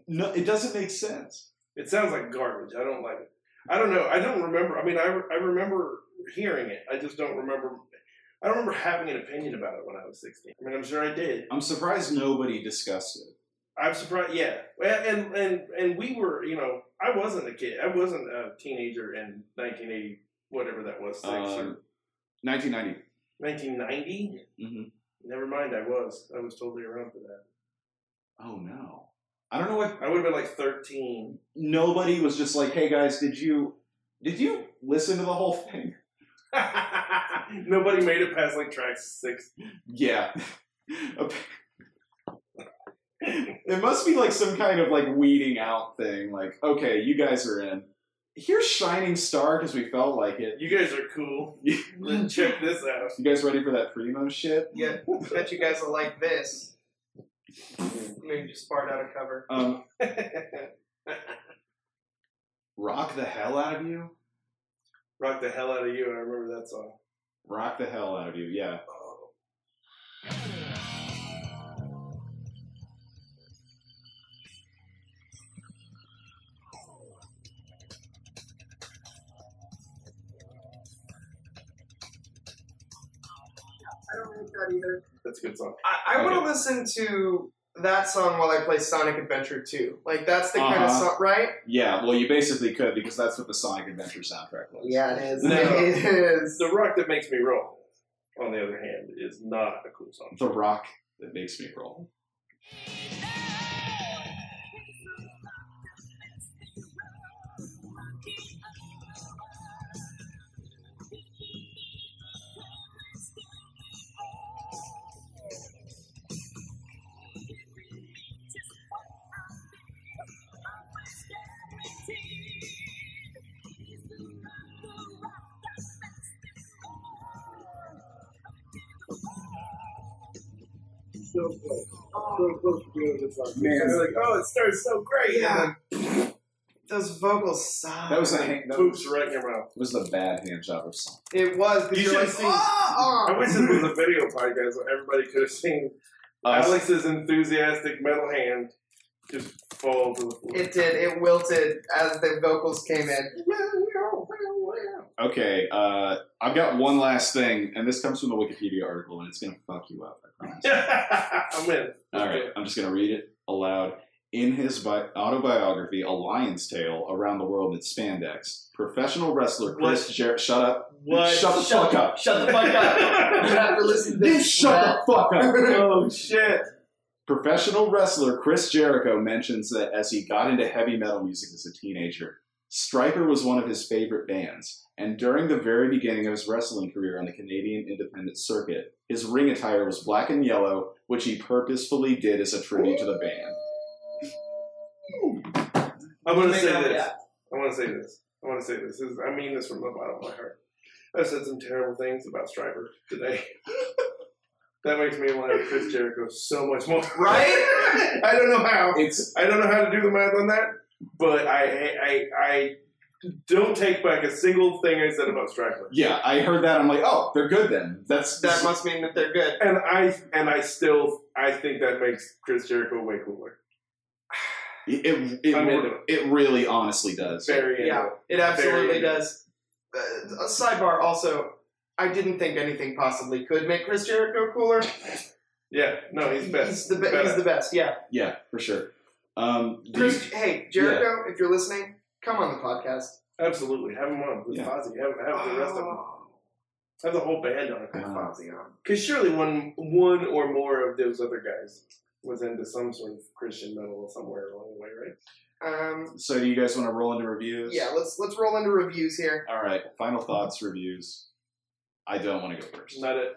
no it doesn't make sense.
It sounds like garbage. I don't like it. I don't know. I don't remember. I mean, I, I remember hearing it. I just don't remember. I don't remember having an opinion about it when I was 16. I mean, I'm sure I did.
I'm surprised nobody discussed it.
I'm surprised. Yeah, and and and, and we were. You know, I wasn't a kid. I wasn't a teenager in 1980, whatever that was, six or
Um, 1990.
1990.
Mhm.
Never mind. I was. I was totally around for that.
Oh no. I don't know what
I would have been like 13.
nobody was just like, "Hey guys, did you did you listen to the whole thing?"
Nobody made it past like tracks six.
Yeah. it must be like some kind of like weeding out thing. Like, okay, you guys are in. Here's Shining Star because we felt like it.
You guys are cool. Then check this out.
You guys ready for that primo shit?
Yeah, bet you guys will like this. Maybe just fart out a cover.
Um, rock the hell out of you.
Rock the hell out of you. I remember that song.
Rock the hell out of you. Yeah.
I don't like that either.
That's a good song.
I, I want to listen to that song while I play Sonic Adventure 2. Like, that's the kind of
Uh-huh.
song, right?
Yeah. Well, you basically could because that's what the Sonic Adventure soundtrack was.
Yeah, it is.
No.
It is.
The rock that makes me roll, on the other hand, is not a cool song.
The rock that makes me roll.
So close. So close to doing this song.
Man.
They're like, oh, it starts so great.
Yeah. Those vocals suck.
That was a
And
hand,
then
that
poops
was,
right in your mouth.
was the bad hand job of Sonic.
It was. But
You
are
should
like,
have seen-
"Ah, ah."
I wish this was a video podcast where everybody could have seen
Us.
Alex's enthusiastic metal hand just fall to the floor.
It did. It wilted as the vocals came in.
Okay, uh, I've got one last thing, and this comes from the Wikipedia article, and it's going to fuck you up, I promise.
I'm in.
All right, I'm just going to read it aloud. In his bi- autobiography, A Lion's Tale, Around the World in Spandex, professional wrestler Chris Jarrett. Shut up.
What?
Shut the fuck up.
Shut the fuck up. You have to listen to
You
this.
shut the fuck up.
oh shit.
Professional wrestler Chris Jericho mentions that as he got into heavy metal music as a teenager, Stryper was one of his favorite bands, and during the very beginning of his wrestling career on the Canadian independent circuit, his ring attire was black and yellow, which he purposefully did as a tribute to the band.
I'm gonna
Maybe
say
I'll-
this.
yeah.
I want to say this. I want to say this. this is, I mean this from the bottom of my heart. I've said some terrible things about Striper today. that makes me like Chris Jericho so much more.
Right?
I don't know how.
It's
I don't know how to do the math on that, but I I I don't take back a single thing I said about Striper.
yeah, I heard that. I'm like, oh, they're good then. That's
That must mean that they're good.
And I and I still I think that makes Chris Jericho way cooler.
it. It, it,
I'm into it.
it really, honestly does.
Very
Yeah,
into
it absolutely
Very-
does. Uh, a sidebar also, I didn't think anything possibly could make Chris Jericho cooler.
Yeah. No, he's best.
He's the, be-
best.
he's the best, yeah.
Yeah, for sure. Um, do
Chris,
you-
hey, Jericho, if you're listening, come on the podcast.
Absolutely. Have him on with
Yeah.
Oh,
Fozzy. Have, have the rest of them. Have the whole band on it.
Uh,
Fonzie on.
Because surely one one or more of those other guys was into some sort of Christian metal somewhere along the way, right?
Um,
So, do you guys want to roll into reviews?
yeah, let's let's roll into reviews here.
All right. Final thoughts, reviews. I don't want to go first.
Not it.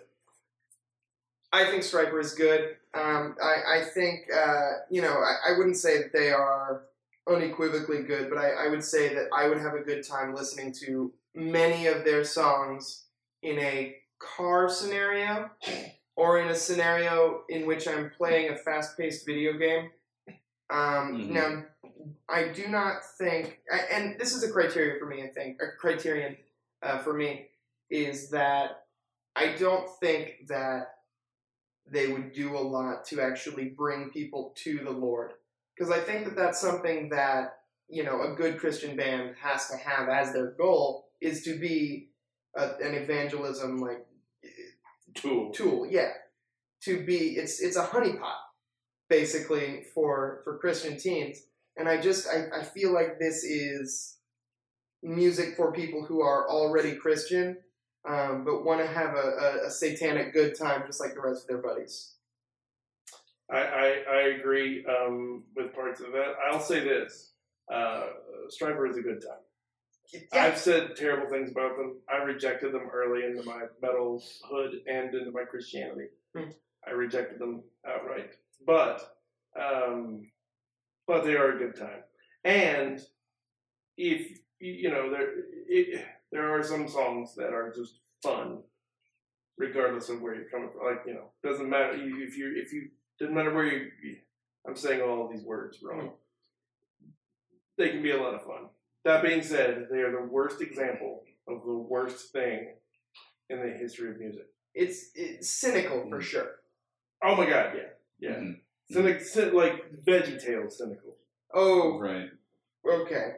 I think Striper is good. Um, I, I think uh, you know I, I wouldn't say that they are unequivocally good, but I, I would say that I would have a good time listening to many of their songs in a car scenario or in a scenario in which I'm playing a fast-paced video game. Um,
Mhm.
Now, I do not think, a- and this is a criteria for me. I think a criterion uh, for me is that I don't think that they would do a lot to actually bring people to the Lord. Because I think that that's something that, you know, a good Christian band has to have as their goal is to be a, an evangelism like
Tool.
tool. Yeah. To be, it's, it's a honeypot basically for, for Christian teens. And I just, I, I feel like this is music for people who are already Christian, um, but want to have a, a, a satanic good time just like the rest of their buddies.
I, I, I agree um, with parts of that. I'll say this. Uh, Striper is a good time. I've said terrible things about them. I rejected them early into my metal hood and into my Christianity.
Hmm.
I rejected them outright. But um, but they are a good time. And if you know there it, there are some songs that are just fun, regardless of where you're coming from. Like you know, doesn't matter you- if you if you doesn't matter where you. I'm saying all of these words wrong. They can be a lot of fun. That being said, they are the worst example of the worst thing in the history of music.
it's, it's cynical for
Mm.
sure.
Oh my god, yeah, yeah.
Mhm.
Cynic, cyn- like Veggie Tales, cynical.
Oh,
Right.
okay.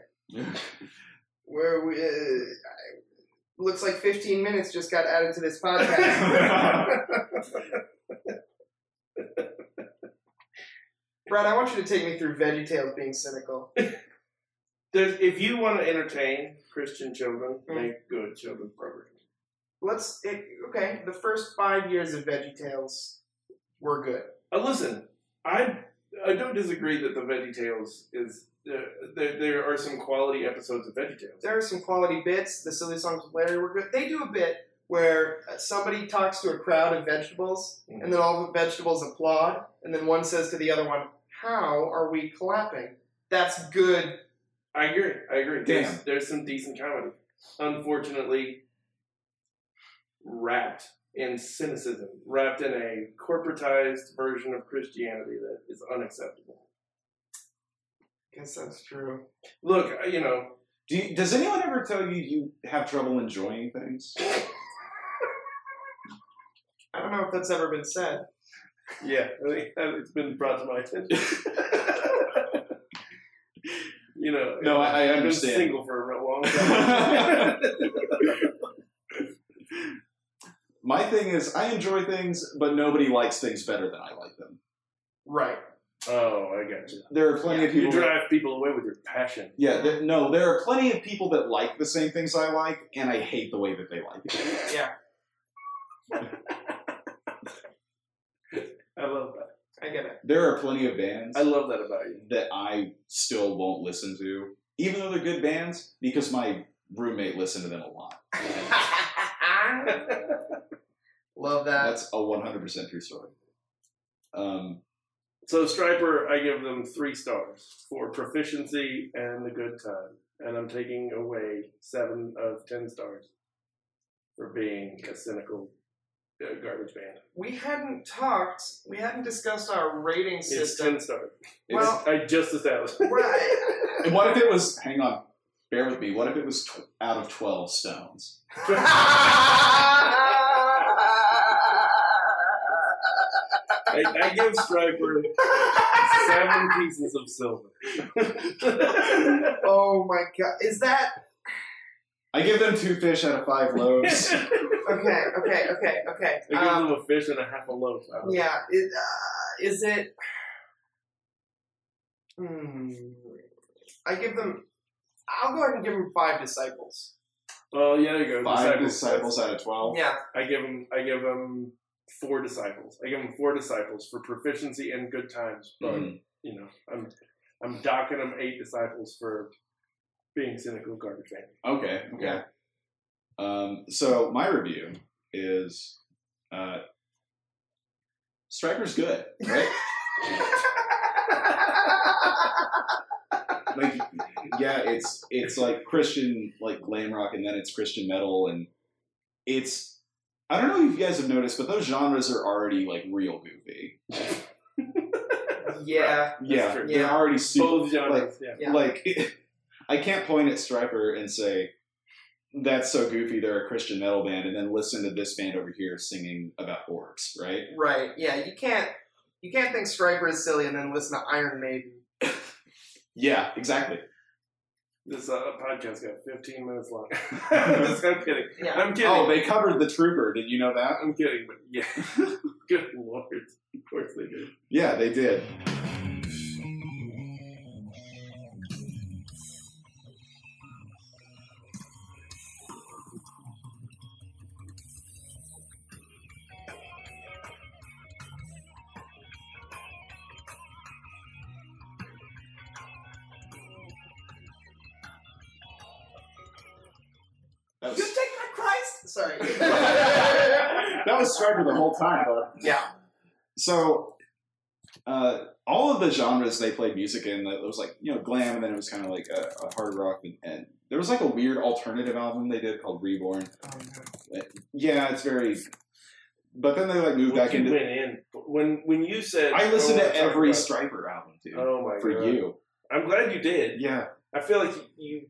Where we uh, I- looks like 15 minutes just got added to this podcast. Brad, I want you to take me through VeggieTales being cynical.
There's, if you want to entertain Christian children,
Mm.
make good children's programs.
Let's it, okay. The first five years of VeggieTales were good.
Uh, listen, I I don't disagree that the Veggie Tales is uh, there. There are some quality episodes of Veggie Tales.
There are some quality bits. The silly songs with Larry were good. They do a bit where uh, somebody talks to a crowd of vegetables, and then all the vegetables applaud, and then one says to the other one, "How are we clapping?" That's good
I agree. I agree. There's,
Damn.
there's some decent comedy. Unfortunately, wrapped in cynicism, wrapped in a corporatized version of Christianity that is unacceptable.
Guess that's true.
Look, I- you know,
Do you, does anyone ever tell you you have trouble enjoying things?
I don't know if that's ever been said.
yeah, I think that it's been brought to my attention. you know,
No, I- I
I've
understand.
Been single for a long time.
My thing is, I enjoy things, but nobody likes things better than I like them.
Right.
oh, I got you.
There are plenty of
You
people.
drive people away with your passion.
yeah, th- no, there are plenty of people that like the same things I like, and I hate the way that they like it.
Yeah,
I love that.
I get it.
There are plenty of bands
I love that about you.
that I still won't listen to, even though they're good bands, because my roommate listened to them a lot.
Love that.
That's a 100% true story. Um,
So Striper, I give them three stars for proficiency and the good time, and I'm taking away seven of ten stars for being a cynical uh, garbage band.
We hadn't talked. We hadn't discussed our rating
It's
system.
ten stars.
it's-
Well-
I just established.
Right.
and what if it was, hang on, bear with me, what if it was tw- out of 12 stones?
I, I give Striper seven pieces of silver.
oh my god! Is that
I give them two fish out of five loaves.
okay? Okay. Okay. Okay.
I give
Um,
them a fish and a half a loaf. I don't know.
yeah. It, uh, is it? Hmm. I give them. I'll go ahead and give them five disciples.
Oh yeah, there you go.
Five
Disciples.
disciples out of twelve.
Yeah.
I give him. I give him four disciples. I give him four disciples for proficiency and good times. But
Mhm.
you know, I'm I'm docking him eight disciples for being cynical garbage man.
Okay. Okay. Um, so my review is uh, Striker's good, right? like yeah it's it's like christian like glam rock and then it's christian metal and it's i don't know if you guys have noticed but those genres are already like real goofy
yeah.
yeah
true.
they're
Yeah.
already super
Both genres. yeah.
Yeah.
like i can't point at striper and say that's so goofy they're a christian metal band and then listen to this band over here singing about orcs right
Right. Yeah. You can't. You can't think Striper is silly and then listen to Iron Maiden.
yeah exactly
This uh, podcast got 15 minutes long. Just- I'm kidding.
Yeah.
I'm kidding.
Mm-hmm. oh they covered the trooper did you know that
I'm kidding. But yeah, good lord. Of course they did.
yeah they did that was
You take my Christ. Sorry.
that was Striper the whole time, bud.
yeah.
So, uh, all of the genres they played music in, it was like, you know, glam, and then it was kind of like a, a hard rock. And, and there was like a weird alternative album they did called Reborn.
Oh, no.
Yeah, it's very. But then they like moved
We
back
can
into.
win in. But When when you said
I listened
oh,
to every
about-
Striper album, dude.
Oh my
for
god.
you.
I'm glad you did.
Yeah.
I feel like you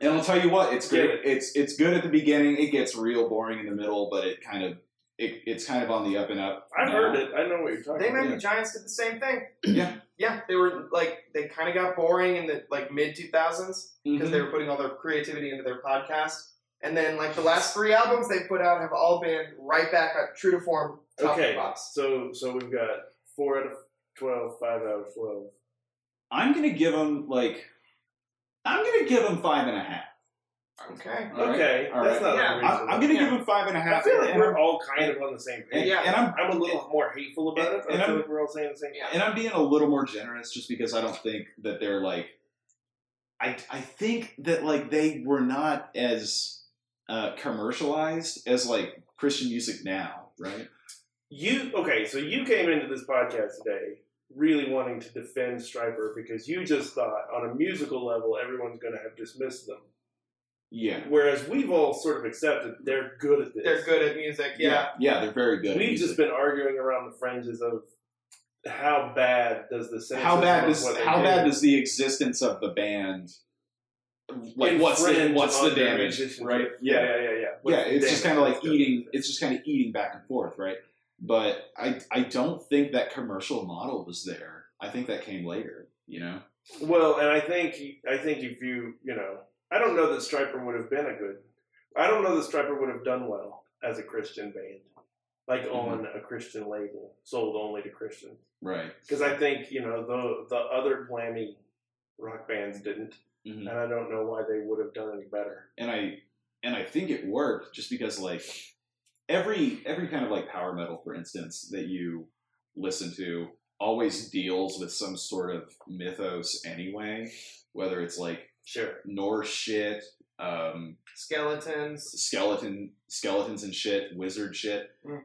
And I'll tell you what, it's
Get
good. It's it's good at the beginning. It gets real boring in the middle, but it kind of it, it's kind of on the up and up.
I've
now.
heard it. I know what you're talking
They
about.
Men Be Giants did the same thing.
Yeah.
Yeah, they were like they kind of got boring in the like mid 2000s because
Mhm.
they were putting all their creativity into their podcast. And then like the last three albums they put out have all been right back up true to form, top
Okay.
to box.
So so we've got four out of 12, five out of twelve.
I'm gonna give them like I'm gonna give them five and a half.
Okay.
All right?
okay,
All
that's
right.
not
Yeah.
I'm,
unreasonable.
I'm gonna
Yeah.
give them five and a
I
half.
feel like
and,
we're
I'm,
all kind of on the same
and,
page.
Yeah.
and I'm
I'm a little more hateful about it.
And
I feel
I'm-
like we're all saying the same thing.
Yeah.
and I'm being a little more generous just because I don't think that they're like I I think that like they were not as uh, commercialized as like Christian music now, right?
You okay? So you came into this podcast today really wanting to defend Striper because you just thought on a musical level everyone's going to have dismissed them,
Yeah.
whereas we've all sort of accepted they're good at this.
They're good at music, yeah.
Yeah, they're very good. at
We've just
music.
been arguing around the fringes of how bad does the cynicism
how bad
of
does
what they
how
do
bad does the existence of the band like what's the
infringe
what's
on
the
their
damage,
musicianship?
right?
Yeah, yeah, yeah, yeah. What's
yeah,
the
it's just
damage?
kind of like
What's the-
eating. It's just kind of eating back and forth, right? But I, I don't think that commercial model was there. I think that came later. You know,
Well, and I think I think if you you know, I don't know that Striper would have been a good. I don't know that Striper would have done well as a Christian band, like
Mm-hmm.
on a Christian label, sold only to Christians.
right?
Because I think you know the the other glammy rock bands didn't,
Mhm.
and I don't know why they would have done any better.
And I, and I think it worked just because like every every kind of like power metal, for instance, that you listen to always deals with some sort of mythos anyway. Whether it's like
Sure.
Norse shit, um,
Skeletons.
skeleton skeletons and shit, wizard shit.
Mm.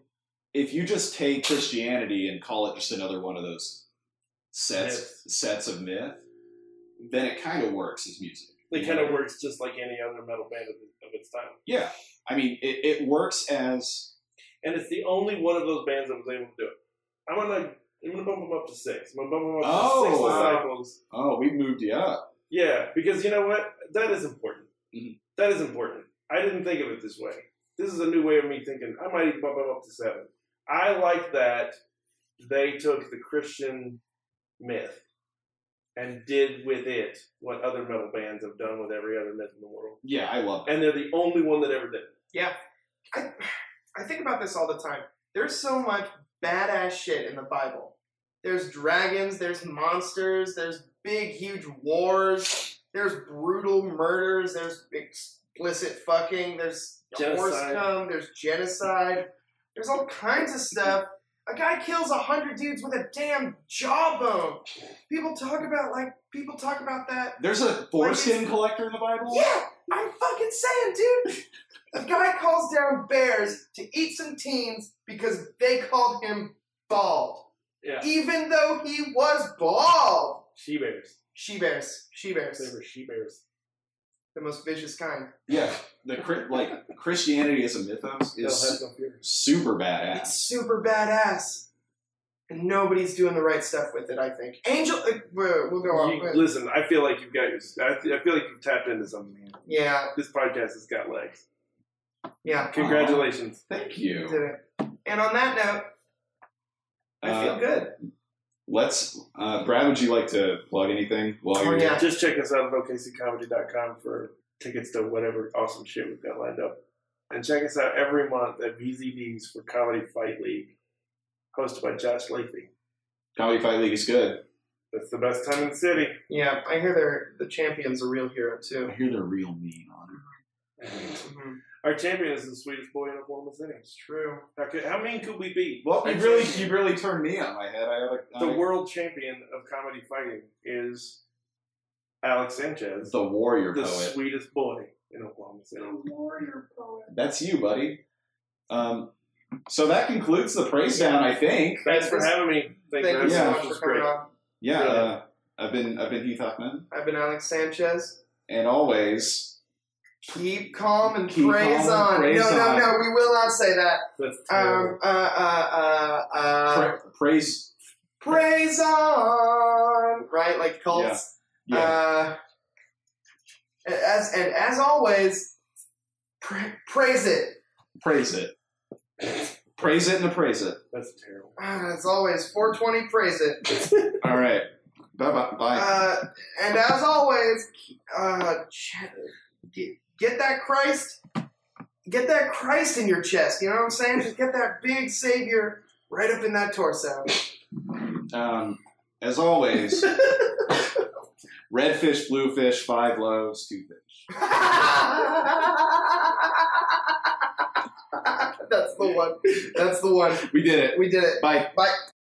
If you just take Christianity and call it just another one of those sets sets of myth, then it kind of works as music.
It
Mm-hmm.
kind of works just like any other metal band of, of its time.
Yeah, I mean, it, it works as
and it's the only one of those bands that was able to do it. I'm gonna I'm gonna bump them up to six. I'm gonna bump them up
Oh,
to six
wow.
disciples.
oh, we moved you up.
Yeah, because you know what? That is important.
Mhm.
That is important. I didn't think of it this way. This is a new way of me thinking. I might even bump them up to seven. I like that they took the Christian myth and did with it what other metal bands have done with every other myth in the world.
Yeah, I love it.
And they're the only one that ever did it.
I, I think about this all the time. There's so much badass shit in the Bible. There's dragons, there's monsters, there's big, huge wars, there's brutal murders, there's ex- illicit fucking. There's horse
Genocide.
cum. There's genocide. There's all kinds of stuff. A guy kills a hundred dudes with a damn jawbone. People talk about like people talk about that
There's a foreskin collector in the Bible.
yeah, I'm fucking saying, dude. The guy calls down bears to eat some teens because they called him bald,
Yeah.
even though he was bald.
She bears.
She bears, she bears,
They were she bears.
the most vicious kind.
Yeah, the Chri- like Christianity as a mythos
They'll have
is
no fear.
super badass.
It's super badass, and nobody's doing the right stuff with it. I think Angel. Uh, we'll we'll go on.
You-
but-
listen, I feel like you've got your. I, I feel like you've tapped into something. here.
yeah,
This podcast has got legs.
yeah.
Congratulations.
Thank
we
you.
Did it. And on that note, I feel
Uh,
good.
Let's, uh, Brad. Would you like to plug anything while
Oh,
you're?
yeah.
Just check us out at OKCComedy.com for tickets to whatever awesome shit we've got lined up. And check us out every month at VZD's for Comedy Fight League, hosted by Josh Leafy.
Comedy Fight League is good.
That's the best time in the city.
Yeah, I hear they're the champion's a real hero too.
I hear they're real mean on it.
Mhm.
Our champion is the sweetest boy in Oklahoma City.
It's true.
How, could, how mean could we be?
Well,
Our
you really,
champion-
you really turned me on my head. I had a,
the
I-
world champion of comedy fighting is Alex Sanchez,
the warrior
the
poet.
sweetest boy in Oklahoma City.
Um, warrior poet.
That's you, buddy. Um, so that concludes the praise down. I think.
Thanks for having me. Thanks
Thank
for
you
having
so
Yeah.
me.
much
This was
for coming
great.
on.
Yeah,
Yeah.
Uh, I've been I've been Heath Huffman,
I've been Alex Sanchez.
and always
Keep calm and
Keep
praise
calm and
on.
praise
no,
on.
no, no. We will not say that.
That's terrible.
Um, uh, uh, uh, uh,
pra- praise.
praise on. Right, like cults.
Yeah.
Uh, as and as always, pra- praise it.
praise it. Praise it and appraise it.
That's terrible.
Ah, As always, 420, praise it.
All right. Bye bye. Bye.
Uh, and as always, uh, ch- get, get that Christ, get that Christ in your chest. You know what I'm saying? Just get that big Savior right up in that torso.
Um, as always, red fish, blue fish, five loaves, two fish.
That's the one. That's the one.
We did it.
We did it.
Bye.
Bye.